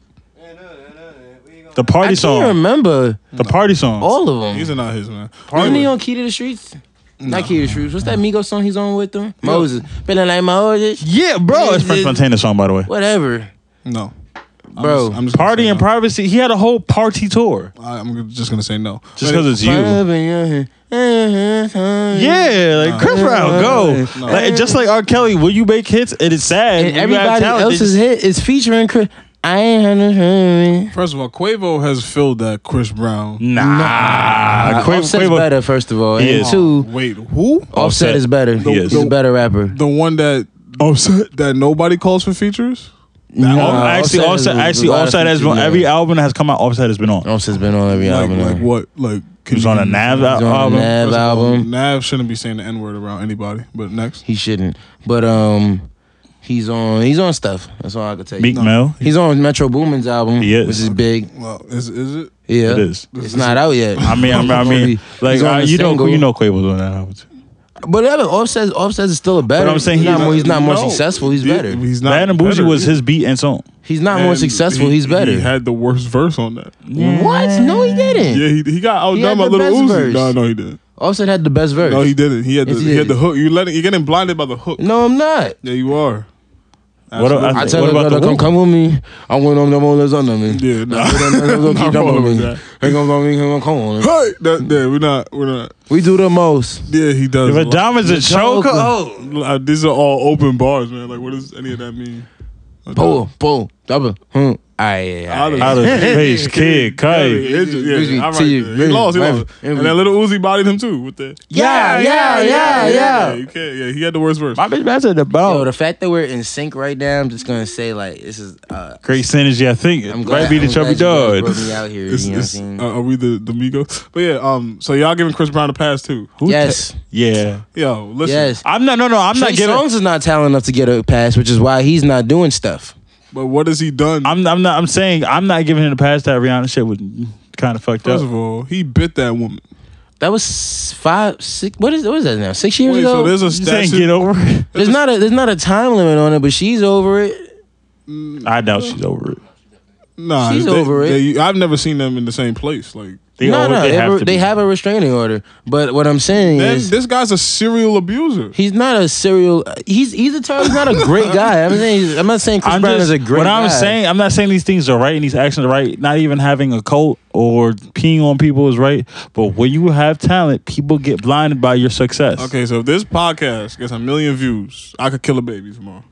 the I party can't song. remember The party song. all of them. These are not his man. Wasn't he Anyway, on Key to the Streets? Not Key to the Streets. What's that Migos song he's on with them? Moses. Feeling like Moses. yeah, bro. It's French Montana song, by the way. Whatever. no, I'm Bro. just- I'm just gonna Party say and no. privacy. He had a whole party tour I- I'm just gonna say no. just But- because it's you. Uh-huh. Yeah, like Chris No. Brown, go. No. Like, just like R. Kelly, will you make hits? It is sad. And when you have everybody talent, they else's just- hit is featuring Chris. I ain't had no hurry. First of all, Quavo has filled that Chris Brown. Nah, Uh, Quavo- Offset's Quavo- better, first of all. He And is. two, Wait, who? Offset. Offset is better. He is. He's a better rapper. The one that that nobody calls for features? No, Oh, actually, Offset, actually, Offset has been on every album that has come out. Offset has been on. Offset's been on every like, album. like now. what? Like He was on a Nav He's on the album. Nav First of all, album. Nav shouldn't be saying the N word around anybody. But next, He shouldn't. But um He's on. He's on stuff. That's all I could tell you. Meek Mill. He's on Metro Boomin's album, He is. which is big. Well, is is it? Yeah, It is. It's not out yet. I mean, I mean, I mean like He's on uh, the you know, single. you know, Quavo's on that album. Too. But yeah, Offset, Offset is still a better. I'm saying he's, he's not, more, he's not more No. successful. He's Yeah, better. He's not. That and Bougie better. was his beat and song. He's not more And successful. he- he's better. He had the worst verse on that. What? No, he didn't. Yeah, he, he got He outdone had by the Little Uzi. best verse. No, no, he didn't. Offset had the best verse. No, he didn't. He had the Yes, he, he had did. the hook. You letting you're getting blinded by the hook. No, I'm not. Yeah, you are. What, Absolutely. I I What tell about the her, come woman? come with me. I went on them all that's under me. Yeah, nah. Don't Not keep jumping rolling with with me. that. Ain't gonna come with me, ain't gonna come on. Hey, that, yeah, we're not, we're not. We do the most. Yeah, he does. If a Like, diamond's a choker, oh. uh, these are all open bars, man. Like, what does any of that mean? Like, Pull, pull, double. Hmm. Aye, aye, Outta- aye. Oh, out of space, kid, Yeah, kite. yeah, it's just- yeah, Uzi, all right, to yeah. you, He really, lost, he really, lost. And really. that little Uzi bodied him too with that. Yeah, yeah, yeah, yeah. You can't. Yeah, he had the worst verse. My bitch, that's at the Yo, ball. the fact that we're in sync right now, I'm just gonna say like this is. Uh, Great synergy, I think. I'm It glad. might be the I'm chubby glad you guys dog. brought me out here. It's- you know what I'm it's- saying? uh, are we the the Migos? But yeah, um. So y'all giving Chris Brown a pass too? Who Yes. ta- yeah. Yo, listen. yes. I'm not. No, no. I'm Trey not getting. Songz is not talented enough to get a pass, which is why he's not doing stuff. But what has he done? I'm. I'm not. I'm saying I'm not giving him the pass. That Rihanna shit was kind of fucked First up. of all, he bit that woman. That was five, six. What is what is that now? Six years Wait, ago. so there's a You saying statue. get over it? There's not a there's not a time limit on it, but she's over it. I doubt she's over it. Nah, She's they- over it. they- I've never seen them in the same place. Like, They no, always- no, they have have, to they be. have a restraining order. But what I'm saying man, is, this guy's a serial abuser. he's not a serial. He's he's a ter- he's not a great guy. I'm saying he's, I'm not saying Chris I'm Brown just, is a great. what guy. I'm saying, I'm not saying these things are right and these actions are right. Not even having a cult or peeing on people is right. But when you have talent, people get blinded by your success. Okay, so if this podcast gets a million views, I could kill a baby tomorrow.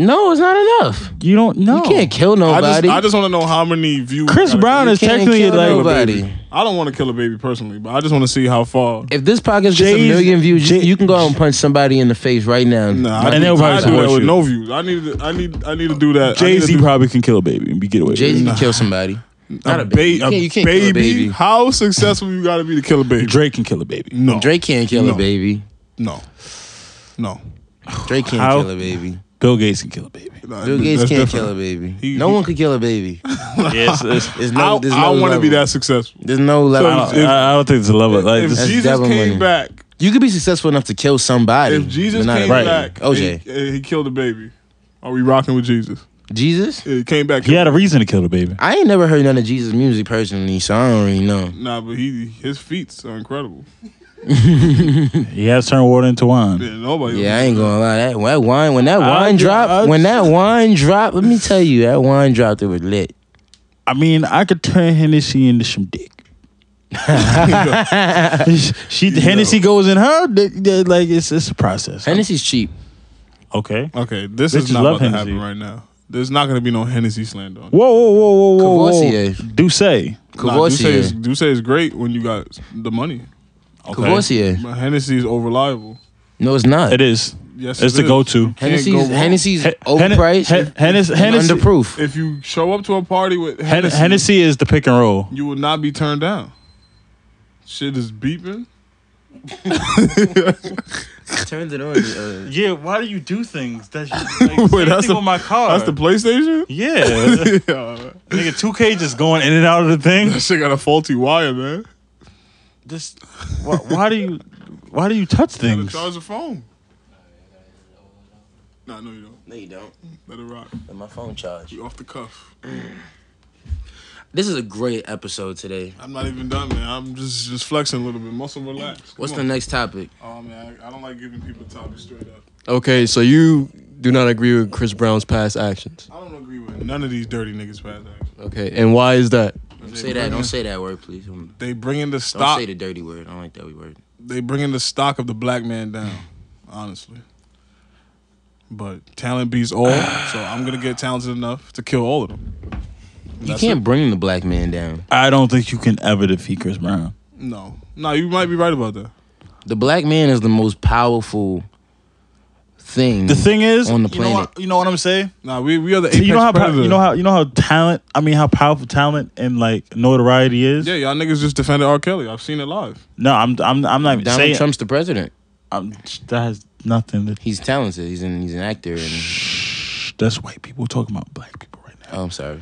no, it's not enough. You don't know. You can't kill I just, nobody. I just want to know how many views. Chris I gotta- Brown You is can't technically kill like nobody. I don't want to kill a baby personally, but I just want to see how far. If this podcast gets a Jay's- million views, you- Jay- you can go out and punch somebody in the face right now. Nah, And I, they'll do, probably I do support that with you. no views. I need, to, I need, I need to do that. I need Jay to Z do- probably can kill a baby and be get away. with Jay Z it. can kill somebody. Not a, a baby. You ba- can't- a you can't baby. kill a baby. How successful you got to be to kill a baby? Drake can kill a baby. no, Drake can't kill No. a baby. no, no. Drake can't How- kill a baby. Bill Gates can kill a baby. Nah, Bill Gates that's can't different. kill a baby. He- no he- one could kill a baby. yes, it's- There's I, no, there's no I want to level. be that successful. There's no I level. don't, I I don't think it's a level. Like if this- That's Jesus devil came money. back, you could be successful enough to kill somebody. if Jesus but not a came Right. back, OJ, and, and he killed a baby. Are we rocking with Jesus? Jesus. He came back. he had a reason to kill a baby. I ain't never heard none of Jesus music personally, so I don't really know. Nah, but he his feats are incredible. He has turned water into wine. Yeah, nobody. Yeah, I ain't gonna lie. That, that wine, when that I wine ju- dropped, I when ju- that wine dropped, let me tell you, that wine dropped. It was lit. I mean, I could turn Hennessy into some dick. she Hennessy goes in her dick, dick, like it's it's a process. Hennessy's cheap. Okay. Okay, this Bitches is not love about to Hennessy. happen right now. There's not gonna be no Hennessy slander. On it. Whoa, whoa, whoa, whoa, whoa, whoa. Courvoisier. Douce. Nah, Duce is, Cavossier. Duce is great when you got the money. Cavossier. But Hennessy is over reliable. No, it's not. It is. Yes, It's it the is. go-to. You can't Hennessy's go wrong. Hennessy's Hen- overpriced. Hen- Hen- Hennes- and Hennessy- underproof. If you show up to a party with Hen- Hennessy, Hennessy is the pick and roll. you will not be turned down. Shit is beeping. Turns it on. uh, Yeah, why do you do things that Wait, same that's thing the- with my car? That's the PlayStation. yeah, yeah, nigga, 2K just going in and out of the thing. that shit got a faulty wire, man. Just why, why do you why do you touch Gotta things? charge the phone. Nah, no, you don't. no, you don't. Let it rock. Let my phone charge. You off the cuff. This is a great episode today. I'm not even done, man. I'm just just flexing a little bit. Muscle relax. Come What's on. the next topic? Oh man, I, I don't like giving people topics straight up. Okay, so you do not agree with Chris Brown's past actions. I don't agree with none of these dirty niggas past that. Okay, and why is that? Say that. Don't say that word, please. Don't They bringing the stock. say the dirty word. I don't like that word. They bringing the stock of the black man down. Honestly. But talent beats all, so I'm gonna get talented enough to kill all of them. You can't bring the black man down. I don't think you can ever defeat Chris Brown. No, no, you might be right about that. The black man is the most powerful thing. Mm. The thing is, On the you know what, you know what I'm saying? Nah, we we are the apex You know how predator. you know how you know how talent. I mean, how powerful talent and like notoriety is. yeah, y'all niggas just defended R. Kelly. I've seen it live. No, I'm I'm I'm not even Donald saying. Trump's the president. I'm, that has nothing. To, He's talented. He's an he's an actor. And that's white people talking about black people right now. Oh, I'm sorry.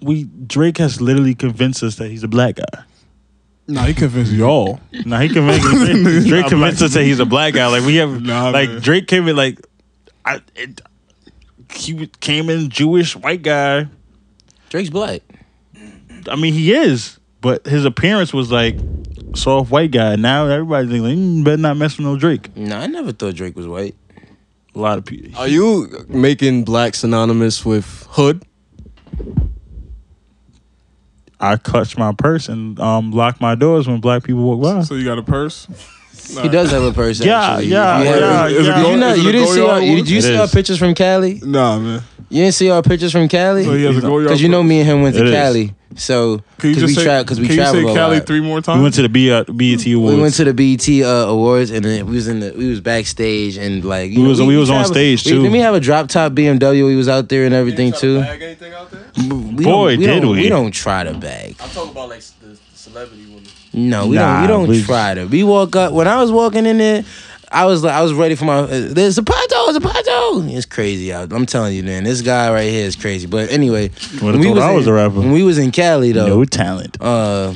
We Drake has literally convinced us that he's a black guy. Nah, he convinced y'all. Now he convinced Drake Nah, convinced us that he's a black guy. Like we have, Nah, like man. Drake came in like, I, it, he came in Jewish white guy. Drake's black. I mean, he is, but his appearance was like soft white guy. Now everybody's thinking, like, mm, better not mess with no Drake. No, I never thought Drake was white. A lot of Oh, people. Are you making black synonymous with hood? I clutch my purse and um, lock my doors when black people walk by. So you got a purse? He does have a person. Yeah, actually. yeah, You have- yeah, Is it yeah. go- You, know- is it you a didn't see go-yard our, you, one? did you It see our is. pictures from Cali? Nah, man. You didn't see our pictures from Cali? So Oh, he has a go Cause you know me and him went to It is. Cali, so Can you cause just we say, travel because we can you travel say a Cali lot. three more times? We went to the B- uh, BET Awards. We went to the BET uh, awards and then we was in the we was backstage and like you We was- we was on stage, we- too. Didn't we have a drop top BMW? We was out there and everything too. We don't- Boy, we did don't- we. We don't try to bag. I'm talking about like the celebrity women. No, we Nah, don't. We we- don't try to. We walk up. When I was walking in there, I was like, I was ready for my. uh, There's a pato, there's a pato. It's crazy out. I'm telling you, man. This guy right here is crazy. But anyway, Would've thought I was in, a rapper. when we was in Cali though, No talent. uh,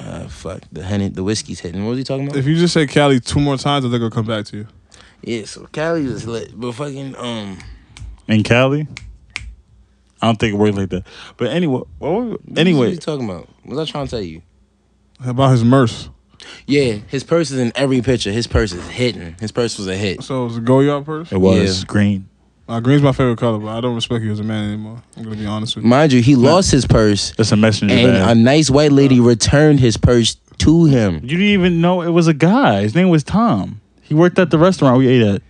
uh, fuck the honey, the whiskey's hitting. What was he talking about? If you just say Cali two more times, I think it'll come back to you. Yeah, so Cali was lit, but fucking um, In Cali? I don't think it worked like that. But anyway, what were we- what are you anyway, talking about? What was I trying to tell you? How about his merce? Yeah, his purse is in every picture. His purse is hitting. His purse was a hit. So it's a go yard purse. it was Yeah. green. Uh, green's my favorite color, but I don't respect you as a man anymore. I'm gonna be honest with you. Mind you, he lost his purse, It's a messenger and bag. a nice white lady returned his purse to him. you didn't even know it was a guy. His name was Tom. He worked at the restaurant we ate at.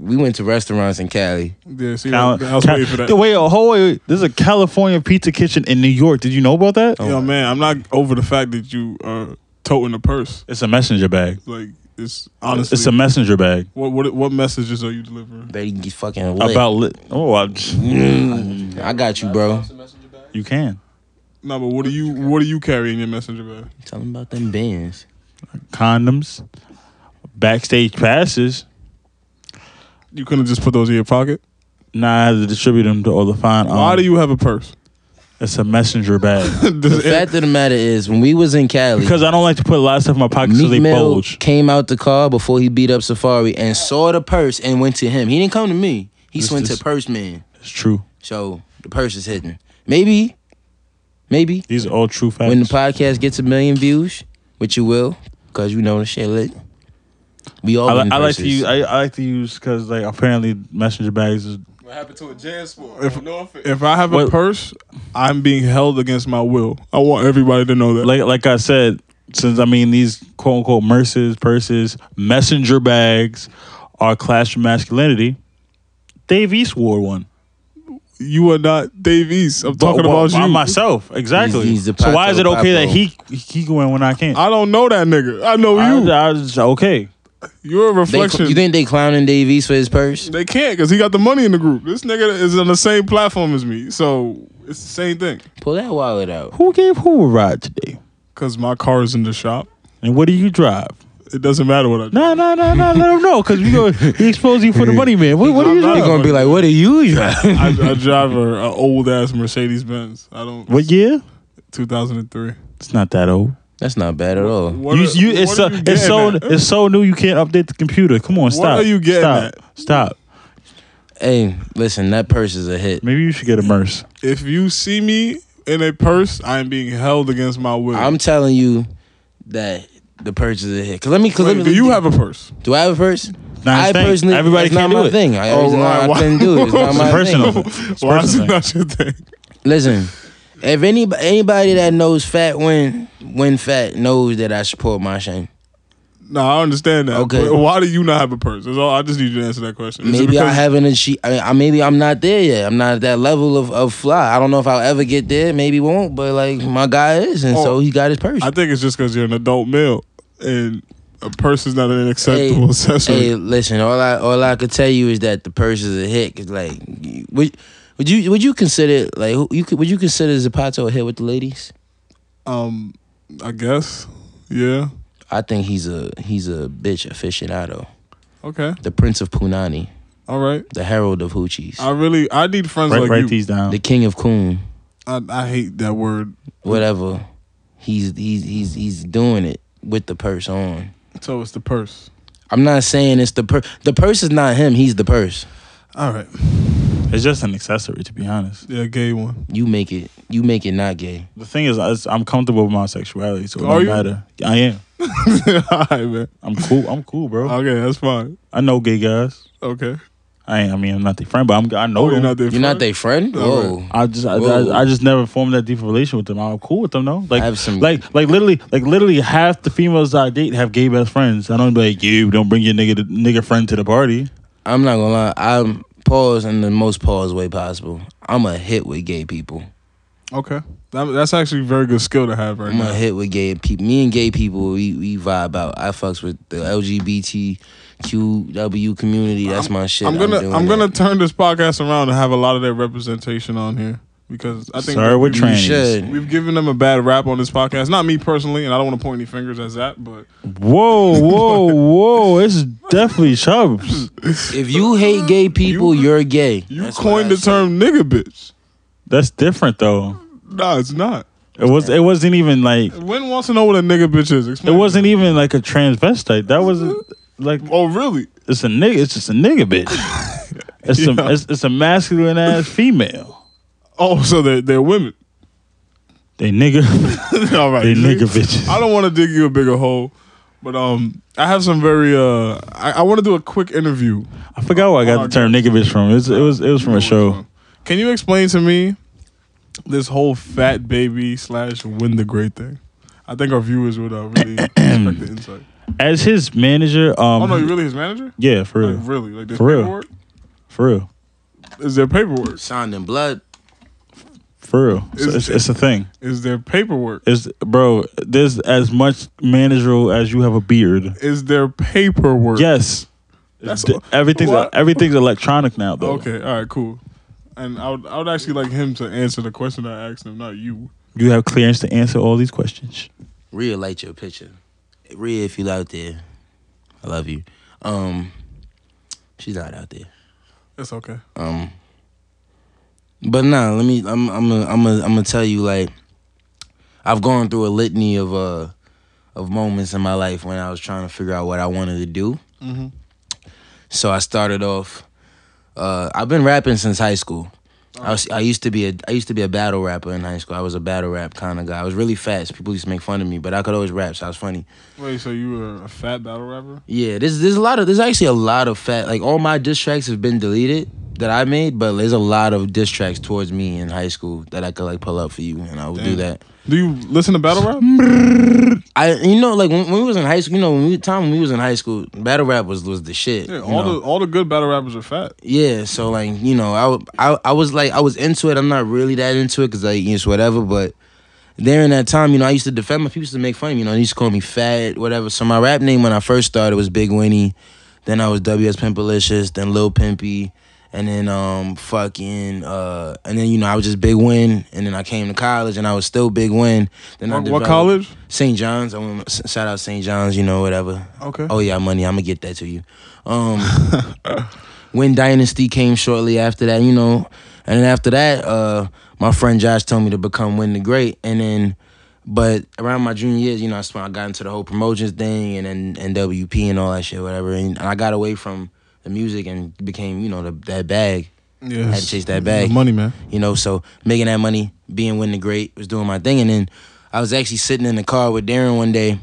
We went to restaurants in Cali. Yeah, see, Cal- I was Cal- waiting for that. Dude, Wait, oh, hold- wait, wait. This is a California pizza kitchen in New York. Did you know about that? Yo, man, I'm not over the fact that you are toting a purse. It's a messenger bag. Like, it's honestly, It's a messenger bag. what, what what messages are you delivering? Better get fucking lit. About lit. Oh, I, Mm, I got you, bro. you can. No, but what are you what are you carrying in your messenger bag? Tell him about them bands. Condoms, backstage passes. You couldn't just put those in your pocket. Nah, I had to distribute them to all the fine. Um, Why do you have a purse? It's a messenger bag. The fact of the matter is, when we was in Cali, Because I don't like to put a lot of stuff in my pocket so Meek they Mill bulge. came out the car before he beat up Safari and saw the purse and went to him. He didn't come to me. He This went is- to Purse Man. It's true. So the purse is hidden. Maybe, maybe These are all true facts. when the podcast gets a million views, which you will, because you know the shit lit. We all. I, li- win I like to purses. use. I, I like to use because like apparently messenger bags is. What happened to a jazz sport? If- If, no offense. If I have a What- purse, I'm being held against my will. I want everybody to know that. like like I said, since I mean these quote unquote merces, purses, messenger bags are clash of masculinity. Dave East wore one. you are not Dave East. I'm talking Well, about well, you. myself, exactly. He's- he's the so why is it Pato okay that Papo. he he can win when I can't? I don't know that nigga. I know I, you. I was okay. You're a They, reflection. you think they clowning Davies for his purse? they can't because he got the money in the group. This nigga is on the same platform as me, so it's the same thing. Pull that wallet out. Who gave who a ride today? Cause my car is in the shop. And what do you drive? It doesn't matter what I do. No, no, no, no, let him know because we go we expose you for the money, man. What, what do you I'm not- They drive? gonna be like, "What are you driving?" I, I drive a, a old ass Mercedes Benz. I don't. What year? 2003. It's not that old. That's not bad at all. What you, are- you, it's what so, are you it's getting so, at? it's so new. You can't update the computer. Come on, stop. are you getting Stop. at? Stop. Hey, listen, that purse is a hit. Maybe you should get a merce. If you see me in a purse, I am being held against my will. I'm telling you that the purse is a hit. Cause let me, cause Wait, let me. do you have a purse? Do I have a purse? Not his I thing. personally, Everybody that's can't not do my it. thing. I, Oh, it's not, why- I couldn't do it. It's not It's my personal. thing. It's Why is personal. it not your thing? Listen, if anybody, anybody that knows fat when when fat knows that I support my shame. No, I understand that. Okay. But why do you not have a purse? That's all. I just need you to answer that question. Is it Maybe I because- haven't achieved. I, I maybe I'm not there yet. I'm not at that level of, of fly. I don't know if I'll ever get there. Maybe won't. But like my guy is, and so Oh, he got his purse. I think it's just because you're an adult male and a purse is not an Hey, acceptable accessory. Hey, listen. All I all I could tell you is that the purse is a hit. Cause like, you- would, would you would you consider like who- you could- would you consider Zapato a hit with the ladies? Um, I guess. Yeah. I think he's a he's a bitch aficionado. Okay. The Prince of Punani. All right. the herald of hoochies, I really I need friends Write, like write you. these down. the king of coon, I, I hate that word. whatever. He's he's he's he's doing it with the purse on. So it's the purse. I'm not saying it's the purse. The purse is not him. He's the purse. All right. It's just an accessory, to be honest. Yeah, gay one. You make it. You make it not gay. The thing is, I, I'm comfortable with my sexuality, so it Are don't you? matter. I am. All right, man. I'm cool. I'm cool, bro. Okay, that's fine. I know gay guys. Okay. I ain't, I mean, I'm not their friend, but I'm. I know Oh, you're them. not their You're not friend? their friend. All Whoa. I just I, Whoa. I, I just never formed that deep of a relation with them. I'm cool with them though. Like I have some- like like literally like literally half the females I date have gay best friends. I don't be like you don't bring your nigga to, nigga friend to the party. I'm not gonna lie. I'm pause in the most pause way possible. I'm a hit with gay people. Okay. That, that's actually a very good skill to have right I'm a now. hit with gay people. Me and gay people, we, we vibe out. I fucks with the LGBTQW community. That's my shit. I'm gonna doing I'm, gonna that. turn this podcast around and have a lot of their representation on here because I think Sorry, that we're we've- trannies. You should. We've given them a bad rap on this podcast. Not me personally, and I don't want to point any fingers at that, but Whoa whoa whoa! It's definitely chubs. If you hate gay people, You- you, are gay. you That's what coined I the say. term nigga bitch. That's different though. Nah, it's not. It was it wasn't even like it When wants to know what a nigga bitch is? Explain wasn't even like a transvestite. That was like Oh, really? it's a nigga. It's just a nigga bitch. It's Yeah. a it's, it's a masculine ass female. Oh, so they're, they're women. They nigga. All right, They nigga. nigga bitches. I don't want to dig you a bigger hole, but um, I have some very uh, I, I want to do a quick interview. I forgot where I got the term nigga bitch from. It's, it was it was from a show. Can you explain to me this whole fat baby slash win the great thing? I think our viewers would uh, really respect the insight. As his manager, um, Oh no, you really his manager? yeah, for Like, real, really? Like there's For real. paperwork? for real, Is there paperwork? Signed in blood. for real. So Is- it's, it's a thing. Is there paperwork? It's bro. There's as much managerial as you have a beard. Is there paperwork? Yes, That's D- everything's what? everything's electronic now though. Okay, all right, cool. And I would, I would actually like him to answer the question I asked him, not you. you have clearance to answer all these questions. Rhea, light your picture. Rhea, if you out there, I love you. Um, she's not out there. That's okay. Um, but nah, let me. I'm. I'm. A, I'm. A, I'm gonna tell you like, I've gone through a litany of uh, of moments in my life when I was trying to figure out what I wanted to do. Mhm. So I started off. Uh, I've been rapping since high school. I was. I used to be a. I used to be a battle rapper in high school. I was a battle rap kind of guy. I was really fast. People used to make fun of me, but I could always rap, so I was funny. Wait, so you were a fat battle rapper? Yeah, there's there's a lot of there's actually a lot of fat like all my diss tracks have been deleted that I made, but there's a lot of diss tracks towards me in high school that I could like pull up for you, and I would do Damn. that. Do you listen to battle rap? I you know like when, when we was in high school, you know when we time when we was in high school, battle rap was was the shit. Yeah, you all know? the all the good battle rappers are fat. yeah. So like you know I, w- I I was like I was into it. I'm not really that into it because like it's whatever, but. There in that time, you know, I used to defend my people used to make fun of me. You know, they used to call me fat, whatever. So my rap name when I first started was Big Winnie. Then I was WS Pimpalicious, then Lil Pimpy, and then um fucking uh and then you know I was just Big Win, and then I came to college and I was still Big Win. Then I What, what developed- college? St. John's. I want to shout out St. John's. You know whatever. Okay. Oh yeah, money. I'm gonna get that to you. Um, when Dynasty came shortly after that, you know, and then after that, uh, my friend Josh told me to become Win the Great, and then, but around my junior years, you know, I, sp- I got into the whole promotions thing and and, and WP and all that shit, whatever, and, and I got away from the music and became, you know, the, that bag. Yeah, had to chase that bag. The money, man. You know, so making that money, being winning the great, was doing my thing. And then I was actually sitting in the car with Darren one day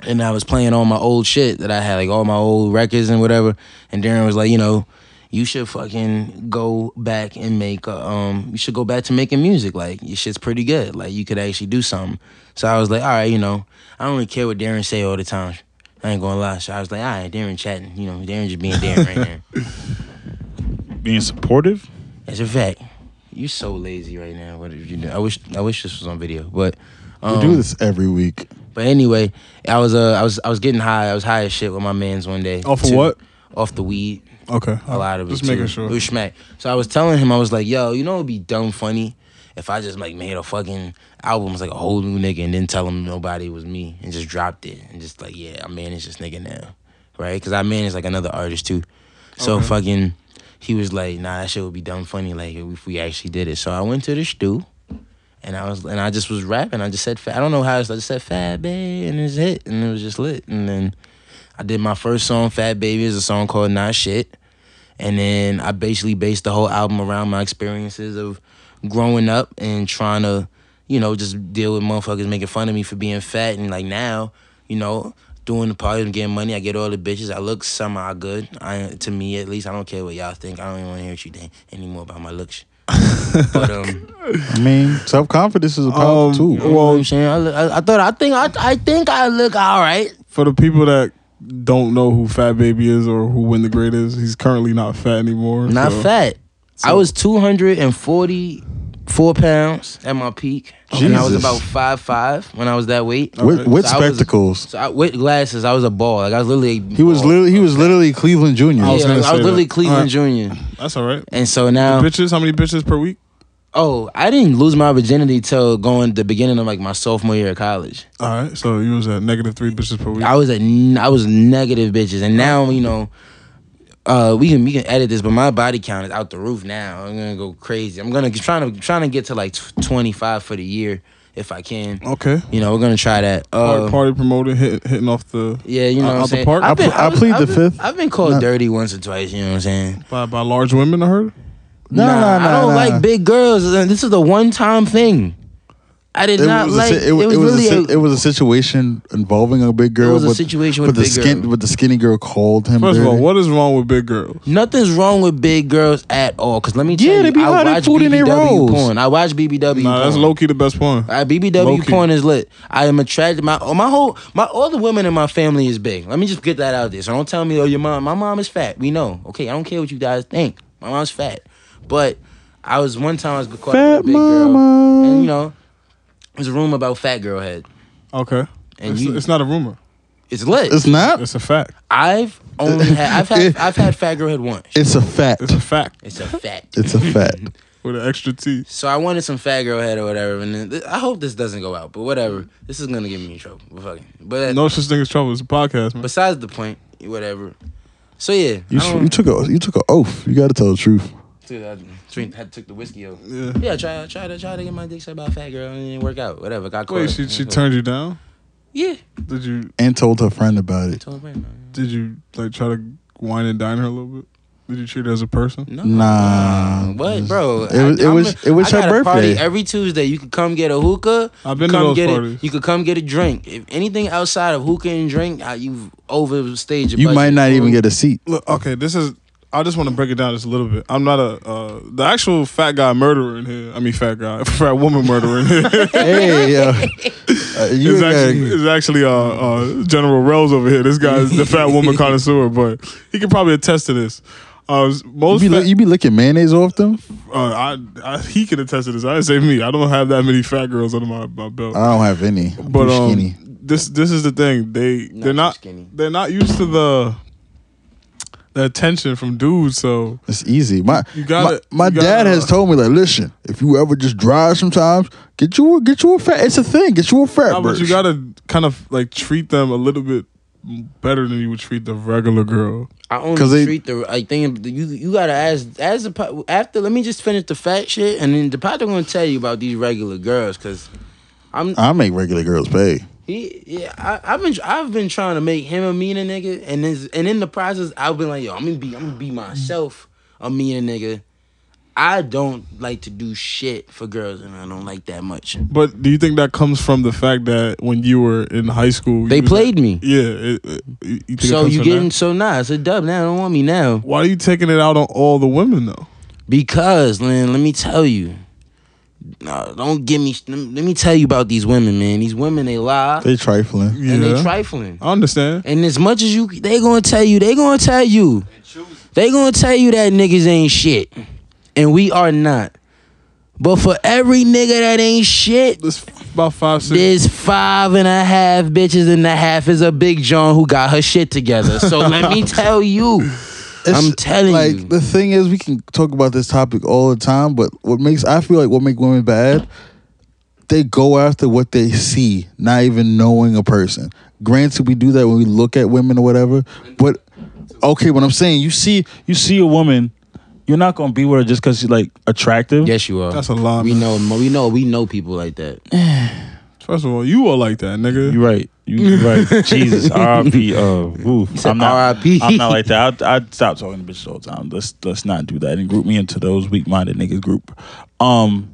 and I was playing all my old shit that I had, like all my old records and whatever. And Darren was like, you know, you should fucking go back and make a, um you should go back to making music. Like your shit's pretty good. Like you could actually do something. So I was like, all right, you know, I don't really care what Darren say all the time. I ain't gonna lie. So I was like, all right, Darren chatting, you know, Darren just being Darren right now. Being supportive. That's a fact. You so lazy right now. What did you do? I wish I wish this was on video, but We um, do this every week. But anyway, I was uh I was I was getting high. I was high as shit with my man's one day. Off of too. what? Off the weed. Okay, A lot of it. Just too. making sure. It was smack. So I was telling him I was like, yo, you know it'd be dumb funny if I just like made a fucking album with like a whole new nigga and didn't tell him nobody was me and just dropped it and just like yeah I manage this nigga now, right? Because I manage like another artist too. So Okay. fucking, he was like, "Nah, that shit would be dumb funny. Like if we actually did it." So I went to the stew, and I was and I just was rapping. I just said, fa- I don't know how it's. I just said Fat Baby, and it's hit, and it was just lit. And then I did my first song, Fat Baby, is a song called Not Shit. And then I basically based the whole album around my experiences of growing up and trying to, you know, just deal with motherfuckers making fun of me for being fat. And like now, you know, doing the parties, I'm getting money, I get all the bitches. I look somehow good. I, to me, at least, I don't care what y'all think. I don't even want to hear what you think anymore about my looks. but um, I mean, self confidence is a powerful Um, tool. you know what I'm saying? I, look, I, I thought I think I, I think I look all right. For the people that don't know who Fat Baby is or who Win the Great is, he's currently not fat anymore. Not so- fat. I so- was 244 pounds at my peak. And I was Jesus. about 5'5 five, five when I was that weight. With, with So I was- spectacles, So I, with glasses, I was a ball. Like I was literally a he was ball. literally he was literally Cleveland Junior. Yeah, was gonna like, Oh, I say was that. literally Cleveland Alright. Junior. That's all right. And so now bitches, how many bitches per week? oh, I didn't lose my virginity till going the beginning of like my sophomore year of college. All right, so you was at negative three bitches per week. I was a n- I was negative bitches, and now you know, uh, we can we can edit this, but my body count is out the roof now. I'm gonna go crazy. I'm gonna trying to trying to get to like twenty five for the year if I can. okay. You know, we're gonna try that. Party, Uh, party promoter hitting hitting off the yeah, you out know, what Uh, I'm the saying? park? I've I been- ple- I was- plead I've the been- fifth. I've been called Nah. dirty once or twice. You know what I'm saying? by, by large women. I heard. No, no, no. I don't like big girls. and This is a one time thing. I did It not was, like. a, si- it, wa- was, it was a really si- a, it was a situation involving a big girl. was a but- situation with but a big the skin, girl. But the skinny girl called him. First of all, dirty. what is wrong with big girls? nothing's wrong with big girls at all. Cause let me tell Yeah, you, they be I hiding watch food in their BBW rolls. porn. I watch BBW. Nah, porn. that's low key the best porn. Uh, BBW Low-key. porn is lit. I am attracted. My oh, my whole my all the women in my family is big. Let me just get that out there. So don't tell me oh your mom. My mom is fat. We know. Okay, I don't care what you guys think. My mom's fat, but I was one time I was caught with a Fat big mama. girl, and you know, there's a room about fat girl head. Okay, And it's, you- it's not a rumor. It's lit. it's not. It's a fact. I've only had I've had I've had fat girl head once. It's a fact. It's a fact It's a fact. It's a fact. with an extra T. So I wanted some fat girl head or whatever, and then, I hope this doesn't go out, but whatever. Mm-hmm. This is gonna get me in trouble. But fuck it. But uh, No such thing as trouble. It's a podcast, man. besides the point, whatever. So yeah, You, I s- don't- you took a you took an oath. You got to tell the truth. Dude, I drink, had took the whiskey over. Yeah. Yeah, I try, I try to try to get my dick sucked by a fat girl and it didn't work out. Whatever, got caught. Wait, she she turned you down? Yeah, Did you And told her friend about I it. told her no. did you like try to wine and dine her a little bit? Did you treat her as a person? No. Nah. What, bro? It was- it I'm was- a- it was I her got a Party birthday. every Tuesday, you could come get a hookah. I've been to come those get parties. A, you could come get a drink. If anything outside of hookah and drink, uh, you've overstayed your. You might not even get a seat. Look, okay, this is. I just want to break it down just a little bit. I'm not a uh, the actual fat guy murderer in here. I mean, fat guy, fat woman murderer in here. hey, uh, uh, you It's got- actually, it's actually uh, uh, General Rells over here. This guy's the fat woman connoisseur, but he can probably attest to this. Uh, you most be, fat- li- you be licking mayonnaise off them. uh, I, I, he can attest to this. I didn't say me. I don't have that many fat girls under my, my belt. I don't have any. I'm but too um, skinny. this this is the thing. They they're too not skinny. they're not used to the the attention from dudes. So It's easy. My You gotta- my, my you gotta- dad has told me like, listen, if you ever just drive sometimes, get you a get you a fat. It's a thing. Get you a fat. Nah, but you burst. gotta kind of like treat them a little bit better than you would treat the regular girl. I 'Cause only they- treat the. I think you you gotta ask as a po- after. Let me just finish the fat shit, and then the part I'm gonna tell you about these regular girls, cause I'm Uh. I make regular girls pay. he yeah. I, I've been I've been trying to make him a meaner nigga, and this, and in the process I've been like yo, I'm gonna be I'm gonna be myself a meaner nigga. I don't like to do shit for girls, and I don't like that much. But do you think that comes from the fact that when you were in high school, you They was- played me. Yeah. It, it- you think it So comes you from that? getting so nah? It's a dub now. Don't want me now. Why are you taking it out on all the women though? Because, man, let me tell you. No, don't give me. Let me let me tell you about these women, man. These women, they lie They trifling. Yeah, and they trifling. I understand. And as much as you, they gonna tell you, they gonna tell you, they gonna tell you that niggas ain't shit, and we are not. But for every nigga that ain't shit, This about five six. there's five and a half bitches, and the half is a big John who got her shit together. So let me tell you, I'm telling like, you. the thing is, we can talk about this topic all the time, but what makes I feel like what make women bad, they go after what they see, not even knowing a person. Granted, we do that when we look at women or whatever, but okay, what I'm saying, you see, you see a woman, you're not gonna be with her just because she's like attractive. Yes, you are. That's a lie. we man. know. We know. We know people like that. First of all, you are like that, nigga. You're right. You- You're right. Jesus, R.I.P. Uh, woo. said R.I.P.. I'm not like that. I I stop talking to bitches all the time. Let's let's not do that and group me into those weak minded niggas group. Um,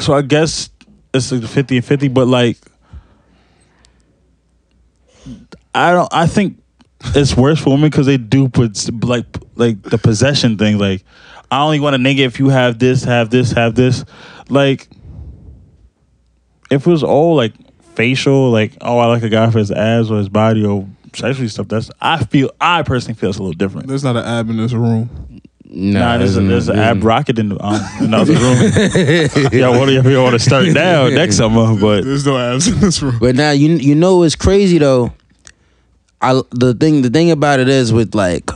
so I guess it's like fifty and fifty, but like, I don't. I think it's worse for women because they do put like like the possession thing. Like, I only want a nigga if you have this, have this, have this. Like, if it was all like facial, like oh I like a guy for his abs or his body or sexually stuff, that's I feel I personally feel it's a little different. There's not an ab in this room. No, Nah, there's, a, there's an ab rocket in the, um, in the other room. yeah, what if you want to start now next summer? But There's no abs in this room. But now you you know it's crazy though. I the thing the thing about it is with like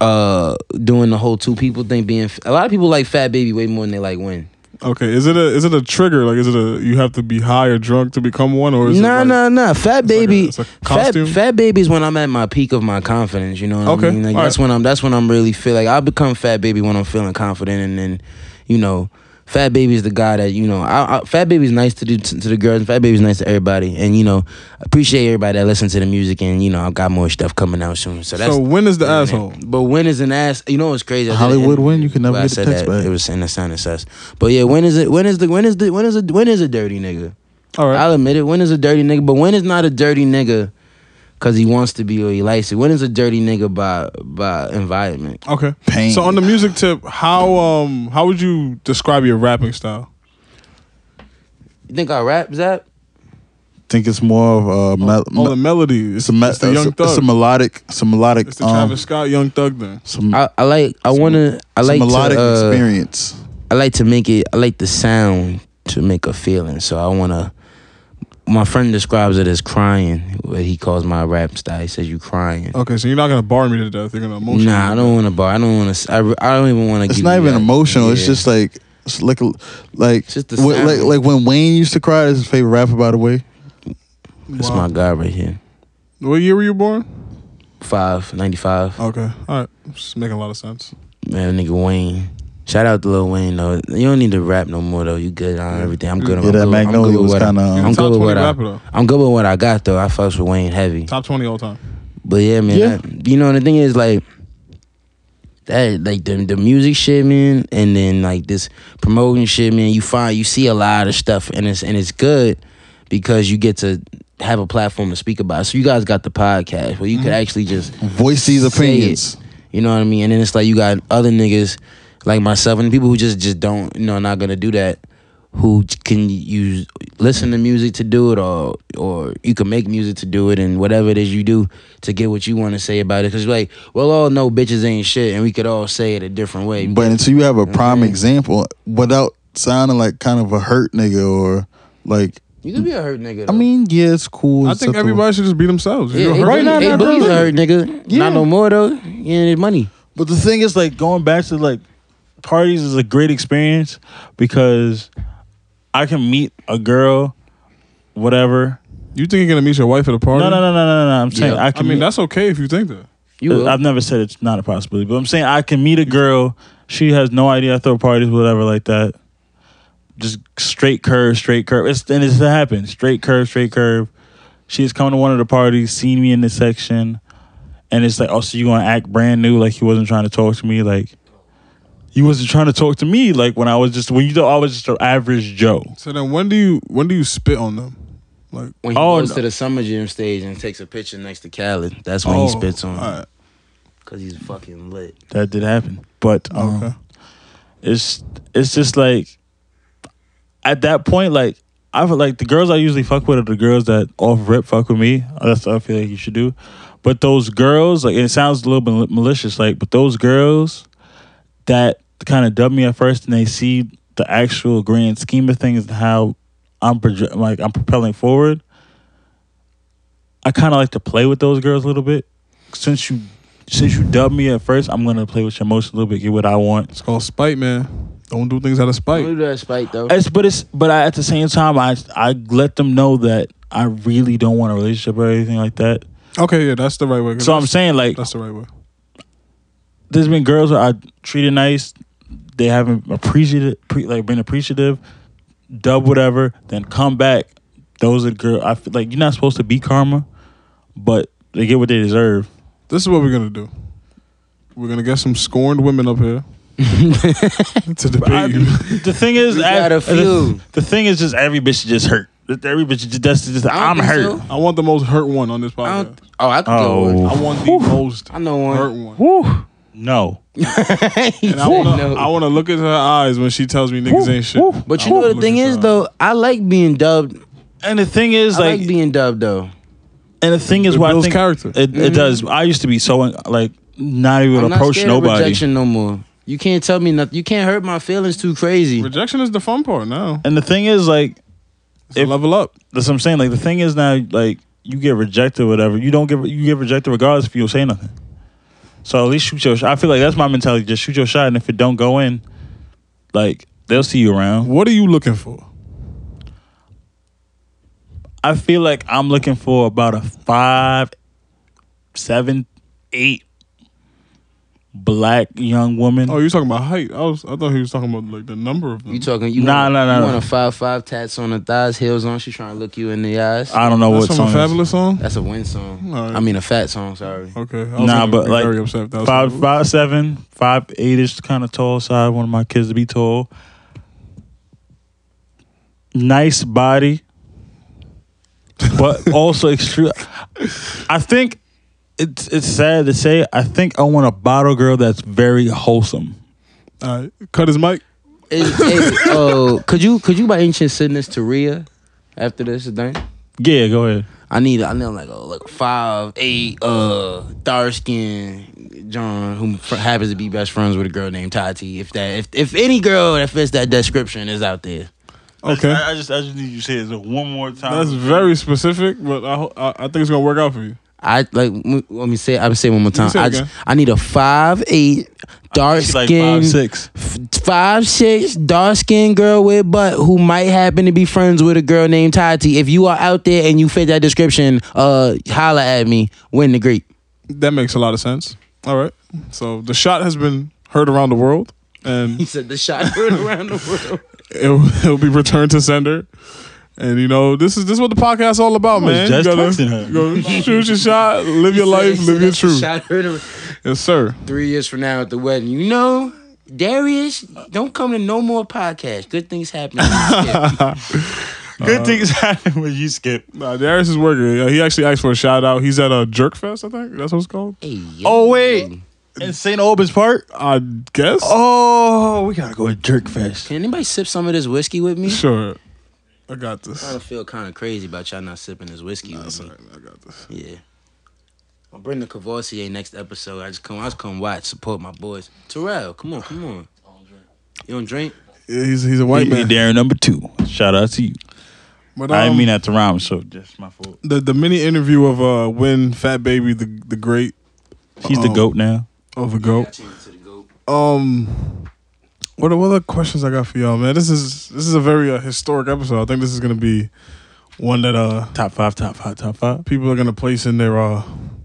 uh doing the whole two people thing being a lot of people like Fat Baby way more than they like Win. Okay, is it a is it a trigger? Like, is it a you have to be high or drunk to become one, or is it Nah, like, nah, nah. Fat like a- Baby, it's a fat, costume? fat Baby is when I'm at my peak of my confidence. You know what Okay, I mean? Like all that's right. when I'm that's when I'm really feel like I become Fat Baby when I'm feeling confident, and then you know. Fat Baby is the guy that you know. I, I, Fat Baby's nice to do to, to the girls. And Fat Baby's nice to everybody, and you know, appreciate everybody that listens to the music. And you know, I've got more stuff coming out soon. So that's So when is the asshole? but when is an ass? You know what's crazy? I did it Hollywood in- Wynn, you can never but I get a said text that, back. It was in the sound of sus. But yeah, when is it? When is the? When is the? When is a? When is a dirty nigga? All right. I'll admit it. When is a dirty nigga? But when is not a dirty nigga? Cause he wants to be or he likes it. When is a dirty nigga by by environment? Okay. Pain. So on the music tip, how um how would you describe your rapping style? You think I rap zap? think it's more of a Uh, mel- Oh, the melody. It's, it's a, me- it's the Young it's a, Thug. it's a melodic, it's a melodic, It's the um, Travis Scott Young Thug thing. some, I, I like I wanna I some like melodic to, uh, experience. I like to make it. I like the sound to make a feeling. So I wanna. My friend describes it as crying. What he calls my rap style. He says you crying. Oh, Okay, so you're not gonna bar me to death. You're gonna emotionally. Nah, I don't want to bar. I don't want to. I, re- I don't even want to. It's not even emotional. It's just like it's like a- like It's just the wh- like sound. like when Wayne used to cry. That's his favorite rapper, by the way. It's Wow. my guy right here. What year were you born? Five ninety five. Okay, all right. It's making a lot of sense. Man, that nigga Wayne. Shout out to Lil Wayne though. You don't need to rap no more though. You good on everything. I'm good. on- Yeah, I'm that good- I'm Magnolia good with was what I- kind You're of. the I'm top good with 20 what I- rapper though. I'm good with what I got though. I fucks with Wayne heavy. Top twenty all time. But yeah, man. Yeah. I- you know the thing is like that, like the the music shit, man, and then like this promoting shit, man. You find you see a lot of stuff, and it's and it's good because you get to have a platform to speak about. it. So you guys got the podcast where you Mm-hmm. could actually just Voice um, these say opinions. it. You know what I mean? And then it's like you got other niggas like myself and people who just just don't, you know, not gonna do that. Who can use listen to music to do it, or or you can make music to do it, and whatever it is you do to get what you want to say about it. Because like, we'll all know bitches ain't shit, and we could all say it a different way. But until you have a prime example without sounding like kind of a hurt nigga or like, you could be a hurt nigga. I mean, yeah, it's cool. I it's think cool. everybody should just be themselves. yeah, You're hey, hurt right now, now, hey, you're hurt Boogie's a now. hurt nigga. Yeah. Not no more though. Yeah, it's money. But the thing is, like, going back to like parties is a great experience because I can meet a girl, whatever. You think you're gonna meet your wife at a party? No, no, no, no, no, no. I'm saying Yeah. I I can. mean, meet- that's okay if you think that. You will. Uh, I've never said it's not a possibility, but I'm saying I can meet a girl. She has no idea I throw parties, whatever, like that. Just straight curve, straight curve. It's and it's happened. Straight curve, straight curve. She has come to one of the parties, seen me in this section, and it's like, oh, so you gonna act brand new, like you wasn't trying to talk to me, like you wasn't trying to talk to me, like when I was just when you thought I was just an average Joe. So then, when do you when do you spit on them? Like When he Oh, goes no. to the summer gym stage and takes a picture next to Khaled, that's when oh, he spits on him. all right, Cause he's fucking lit. That did happen, but um, okay. it's it's just like at that point, like I feel like the girls I usually fuck with are the girls that off rip fuck with me. That's what I feel like you should do. But those girls, like it sounds a little bit malicious, like but those girls that kind of dub me at first, and they see the actual grand scheme of things and how I'm proje- like I'm propelling forward. I kind of like to play with those girls a little bit. Since you since you dubbed me at first, I'm gonna play with your emotions a little bit, get what I want. It's called Oh, spite, man. Don't do things out of Don't do spite. that spite though. It's but it's but I, at the same time I I let them know that I really don't want a relationship or anything like that. Okay, yeah, that's the right way. So I'm saying like that's the right way. there's been girls that I treated nice, they haven't appreciated pre, like been appreciative, dub whatever, then come back. Those are girl I feel like you're not supposed to be karma, but they get what they deserve. This is what we're gonna do. We're gonna get some scorned women up here to I- debate you. the thing is, We got I- a few. The, thing is, just every bitch just hurt. Every bitch just that's just I I'm don't think hurt. so. I want the most hurt one on this I podcast. don't, oh, I could Oh. go. I One. want the most I know one. hurt one. Woo. No. And I want to No. I wanna look into her eyes when she tells me niggas ain't shit. Woo. But I you know wanna what the look thing into is her eyes. though, I like being dubbed. And the thing is, I like, like, being dubbed though. and the thing is, It why I builds think character. It, it does. I used to be so like not even Mm-hmm. I'm not approach scared of nobody. rejection no more. You can't tell me nothing. You can't hurt my feelings too crazy. Rejection is the fun part now. And the thing is, like, It's If- level up. that's what I'm saying. Like, the thing is now, like, you get rejected, whatever. You don't get you get rejected regardless if you don't say nothing. So at least shoot your. sh- I feel like that's my mentality. Just shoot your shot, and if it don't go in, like they'll see you around. What are you looking for? I feel like I'm looking for about a five, seven, eight black young woman. Oh, you talking about height? I was I thought he was talking about like the number of them. You talking? You Nah, want, nah, nah, You nah. want a five five tats on her thighs, heels on? She trying to look you in the eyes. I don't know That's what from song. a it fabulous song. That's a win song. All right. I mean a fat song. Sorry. Okay, I was is. Nah, gonna but be like very upset. if That was five, from- five, seven, five, eight is kind of tall. So I want my kids to be tall. Nice body, but also extreme. I think it's it's sad to say. I think I want a bottle girl that's very wholesome. All right, cut his mic. Hey, hey, uh, could you could you by any chance send this to Rhea after this is done? Yeah, go ahead. I need I need like a like a five eight uh dark skin John who fr- happens to be best friends with a girl named Tati. If that if if any girl that fits that description is out there, Okay, I, I just I just need you to say it one more time. that's very specific, but I ho- I, I think it's gonna work out for you. I like m- let me say I'm gonna say it one more time. say it I just, again. I need a five eight dark She's like skin five six. five six dark skinned girl with butt who might happen to be friends with a girl named Tati. If you are out there and you fit that description, uh, holla at me. Win the Greek. That makes a lot of sense. All right, so the shot has been heard around the world, and He said the shot heard around the world. it'll, it'll be returned to sender. And you know, this is this is what the podcast's all about, was man. just you texting her. you gotta shoot your shot, live your life, live your truth. Shot heard around. Yes, sir. Three years from now at the wedding, you know. Darius, don't come to no more podcast. Good things happen. Good Uh-huh. things happen when you skip. Nah, Darius is working. Uh, He actually asked for a shout out. He's at a jerk fest, I think. That's what it's called. Hey, yo. Oh wait, in St. Albans Park. I guess. Oh, we gotta go to Jerk Fest. Can anybody sip some of this whiskey with me? Sure. I got I this. don't feel kind of crazy about y'all not sipping this whiskey with me. Sorry, I got this. Yeah. I'll bring the Cavossier next episode. I just come, I just come watch, support my boys. Terrell, come on, come on. You don't drink? Yeah, he's he's a white man. Darren number two. Shout out to you. But, I um, didn't mean that to rhyme, so just my fault. the the mini interview of uh when Fat Baby the the great He's the Uh-oh. goat now. of the goat. to the goat. Um, what are- what other questions I got for y'all, man? This is this is a very uh, historic episode. I think this is gonna be one that uh Top five, top five, top five. people are gonna place in their uh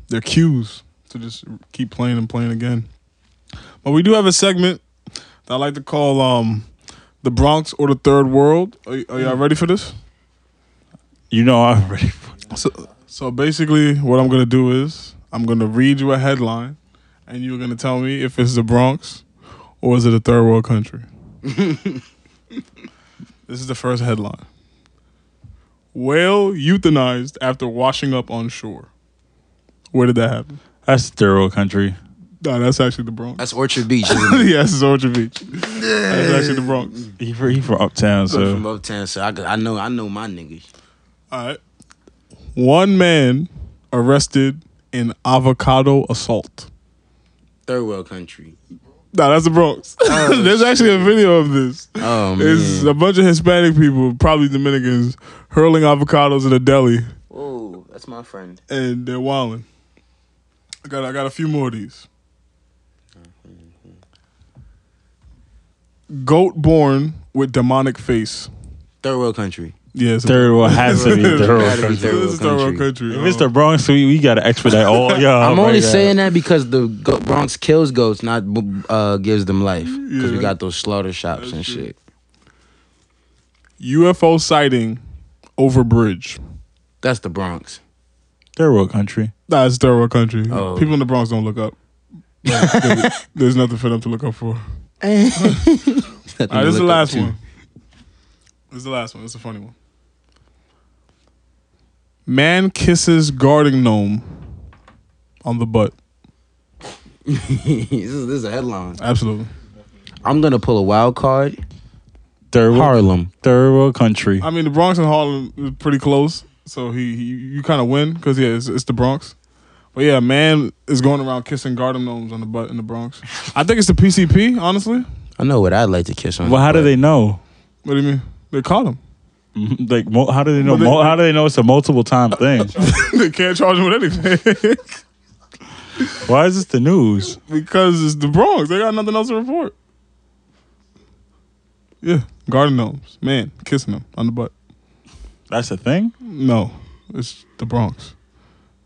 their cues to just keep playing and playing again. But we do have a segment that I like to call um the Bronx or the Third World. Are, y- are y'all ready for this? You know I'm ready. For So so basically, what I'm gonna do is I'm gonna read you a headline, and you're gonna tell me if it's the Bronx or is it a third world country. this is the first headline. Whale euthanized after washing up on shore. Where did that happen? That's thorough country. No, that's actually the Bronx. That's Orchard Beach. isn't it? yes, it's Orchard Beach. That's actually the Bronx. He from, he from uptown, I'm from so uptown, so I, could- I know I know my niggas. All right. One man arrested in avocado assault. Third world country. No, that's the Bronx. Oh, There's actually a video of this. Oh It's man. a bunch of Hispanic people, probably Dominicans, hurling avocados at a deli, Whoa, that's my friend. and they're wilding. I got, I got a few more of these. Goat born with demonic face. Third world country. Yeah, it's a- Third world has to be It's third world gotta be country. third This is third world country. Um, If it's the Bronx, we, we gotta expedite all y'all. I'm only Oh, right now. saying that because the go- Bronx kills goats, not uh, gives them life. Because we got those slaughter shops and true. shit. UFO sighting over bridge. That's the Bronx. third world country. Nah, it's third world country. Oh. People in the Bronx don't look up. Like, there- there's nothing for them to look up for. All right, this is the last one. This is the last one. This is a funny one. Man kisses garden gnome on the butt. this, is, this is a headline. Absolutely. I'm gonna pull a wild card. Third world, Harlem. third world country. I mean, the Bronx and Harlem is pretty close, so he, he you kind of win because yeah, it's, it's the Bronx. But yeah, man is going around kissing garden gnomes on the butt in the Bronx. I think it's the PCP, honestly. I know what I'd like to kiss on. well, how do they know? What do you mean? They caught him. Like, mo- how do they know? But they- Mo- how do they know it's a multiple time thing? they can't charge him with anything Why is this the news? because it's the Bronx. They got nothing else to report. Yeah, garden gnomes, man kissing them on the butt. That's a thing. No, it's the Bronx.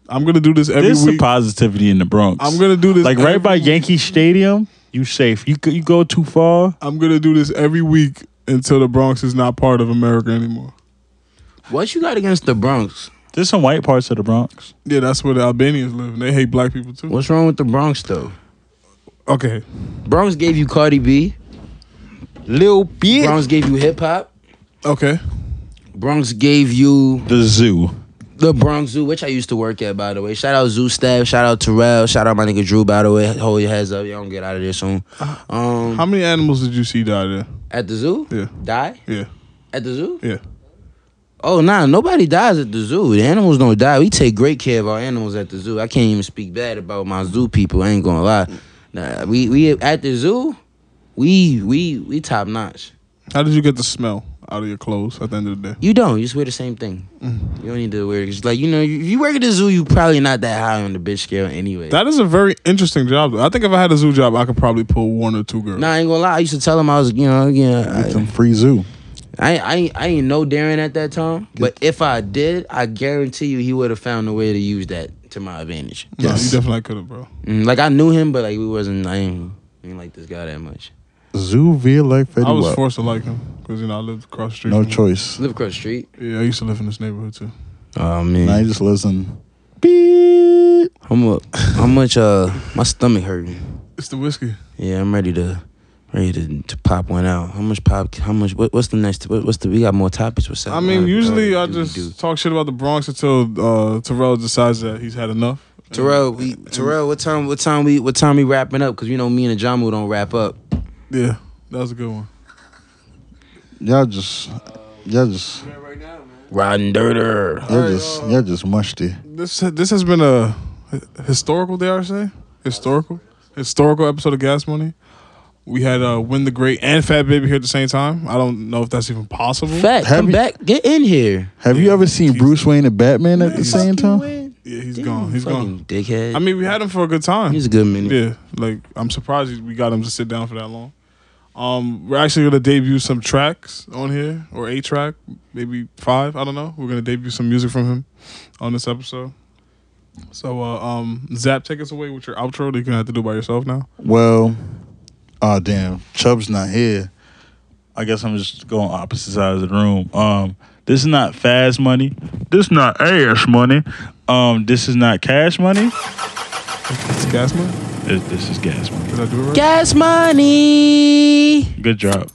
I'm gonna do this every There's some week. positivity in the Bronx. I'm gonna do this like every- right by Yankee Stadium. You safe. You go- you go too far. I'm gonna do this every week until the Bronx is not part of America anymore. What you got against the Bronx? There's some white parts of the Bronx. Yeah, that's where the Albanians live, and they hate black people too. What's wrong with the Bronx though? Okay, Bronx gave you Cardi B. Lil B. Bronx gave you hip hop. okay. Bronx gave you The zoo. the Bronx Zoo, which I used to work at, by the way. Shout out Zoo Staff. Shout out Terrell. Shout out my nigga Drew, by the way. Hold your heads up. Y'all don't get out of there soon. Um, Uh-huh. How many animals did you see die at the zoo? Yeah. Die? there? At the zoo? Yeah, yeah. Oh, nah, nobody dies at the zoo. The animals don't die. We take great care of our animals at the zoo. I can't even speak bad about my zoo people. I ain't gonna lie. Nah, we we at the zoo, we we we top notch. How did you get the smell out of your clothes at the end of the day? You don't. You just wear the same thing. Mm. You don't need to wear. It's like you know, you, you work at the zoo. You probably not that high on the bitch scale anyway. That is a very interesting job. though. I think if I had a zoo job, I could probably pull one or two girls. nah, I ain't gonna lie. I used to tell them I was, you know, yeah. I- Some free zoo. I I ain't- I ain't know Darren at that time, but if I did, I guarantee you he would have found a way to use that to my advantage. Nah, Yes. you definitely could have, bro. Mm, like I knew him, but like we wasn't. I ain't, I ain't like this guy that much. Zoo via like Fetty I was Wap. forced to like him because you know I lived across the street. No from him. choice. Live across the street. Yeah, I used to live in this neighborhood too. Oh man, Now you just listen. Beep. how much? How much? Uh, my stomach hurting. It's the whiskey. Yeah, I'm ready to ready to, to pop one out. How much pop? How much? What, what's the next? What, what's the? We got more topics. What's up? I mean, Uh, usually uh, I do- do. just talk shit about the Bronx until uh, Terrell decides that he's had enough. Mm. Terrell, we Terrell, what time? What time we? What time we wrapping up? Cause you know me and Ajamu don't wrap up. Yeah, that was a good one. Y'all just, y'all just, Riding dirter. y'all just, y'all just musty. This this has been a historical, dare I say, historical, historical episode of Gas Money. We had uh, Win the Great and Fat Baby here at the same time. I don't know if that's even possible. Fact, come Happy- back, get in here. Have you ever seen Bruce Wayne and Batman at the same time? Yeah, he's gone. He's Fucking gone. dickhead. I mean, we had him for a good time. he's a good minute. Yeah, like I'm surprised we got him to sit down for that long. Um, we're actually gonna debut some tracks on here, or a track, maybe five. I don't know. We're gonna debut some music from him on this episode. So, uh, um, Zap, take us away with your outro that you're gonna have to do by yourself now. Well, Ah, oh damn, Chubb's not here. I guess I'm just going opposite sides of the room. Um, this is not fast money. This is not ass money. Um, this is not cash money. It's Gasman. This, this is gas money. Did I do it right? Gas money. Good job.